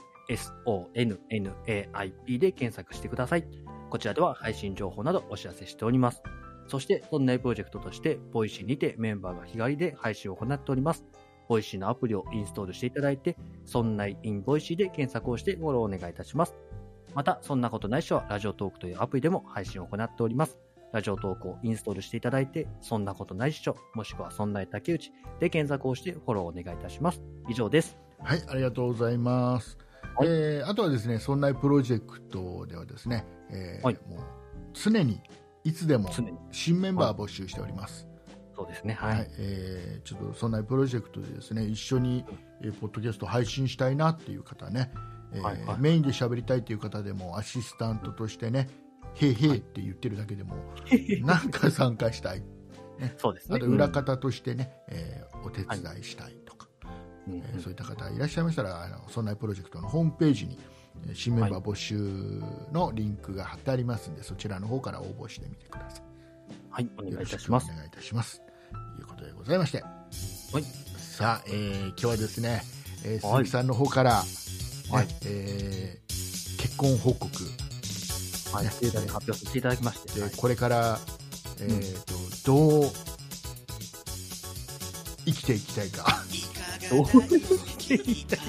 C: sonnaip で検索してください。こちらでは配信情報などお知らせしております。そして、そんないプロジェクトとして、ボイシーにてメンバーが日帰りで配信を行っております。ボイシーのアプリをインストールしていただいて、そんなインボイシーで検索をしてフォローお願いいたします。また、そんなことないっしょはラジオトークというアプリでも配信を行っております。ラジオトークをインストールしていただいて、そんなことないっしょ、もしくはそんな竹内で検索をしてフォローお願いいたします。以上です。
B: はい、ありがとうございます。
C: はい
B: えーあとはですね、そんなプロジェクトではですね、えー
C: はい
B: もう常にいつでも
C: 常に。
B: 新メンバー募集しております。
C: そうですね。
B: は、
C: はいい。
B: えーちょっとそんなプロジェクトでですね、一緒に、えーポッドキャスト配信したいなっていう方ね、えー
C: はいはい
B: メインで喋りたいという方でもアシスタントとしてね、へいへいって言ってるだけでも、 なんか参加したい。
C: そうです ね。
B: あと裏方としてね、えーお手伝いしたいとか。
C: うん、うん
B: えーそういった方いらっしゃいましたら、あのそんなプロジェクトのホームページに、えー新メンバー募集のリンクが貼ってありますので、そちらの方から応募してみてくださ
C: はい、お
B: い。
C: 願いいたします
B: よろくお。願いいたします。ということでございまして、
C: はい。
B: さあ、えー今日はですね、えー
C: はい
B: 鈴木さんの方から、ね
C: はい
B: えー結婚報告、
C: はい。盛大に発表させていただきまし
B: で
C: て。はい
B: これから、えーとどう生きていきたいか。
C: どうして言いたいか。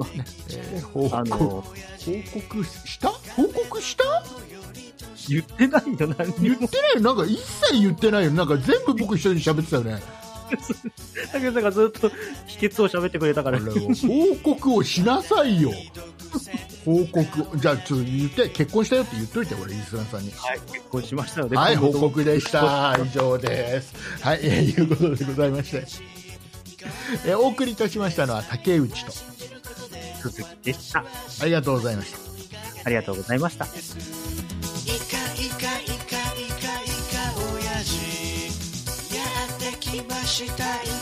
B: えー報
C: あ
B: 告
C: の、
B: 報告した報告した
C: 言ってないよ、何に
B: 言
C: も
B: っ。てないよなんか一切言ってないよなんか全部僕一人に喋ってたよね
C: 竹内さんがずっと秘訣を喋ってくれた
B: あ
C: から。
B: れを報告をしなさいよ報告じゃあちょっと言って結婚したよって言っといて俺リスナーさんに
C: はい、結婚しましたので、
B: はい
C: 今
B: 報
C: 後とも
B: 告で した以上ですはいえーいうことでございましてえーお送りいたしましたのは竹内と
C: 続きでした。
B: ありがとうございました
C: ありがとうございました。
A: イカイカイカイカイカ親父やってきましたイ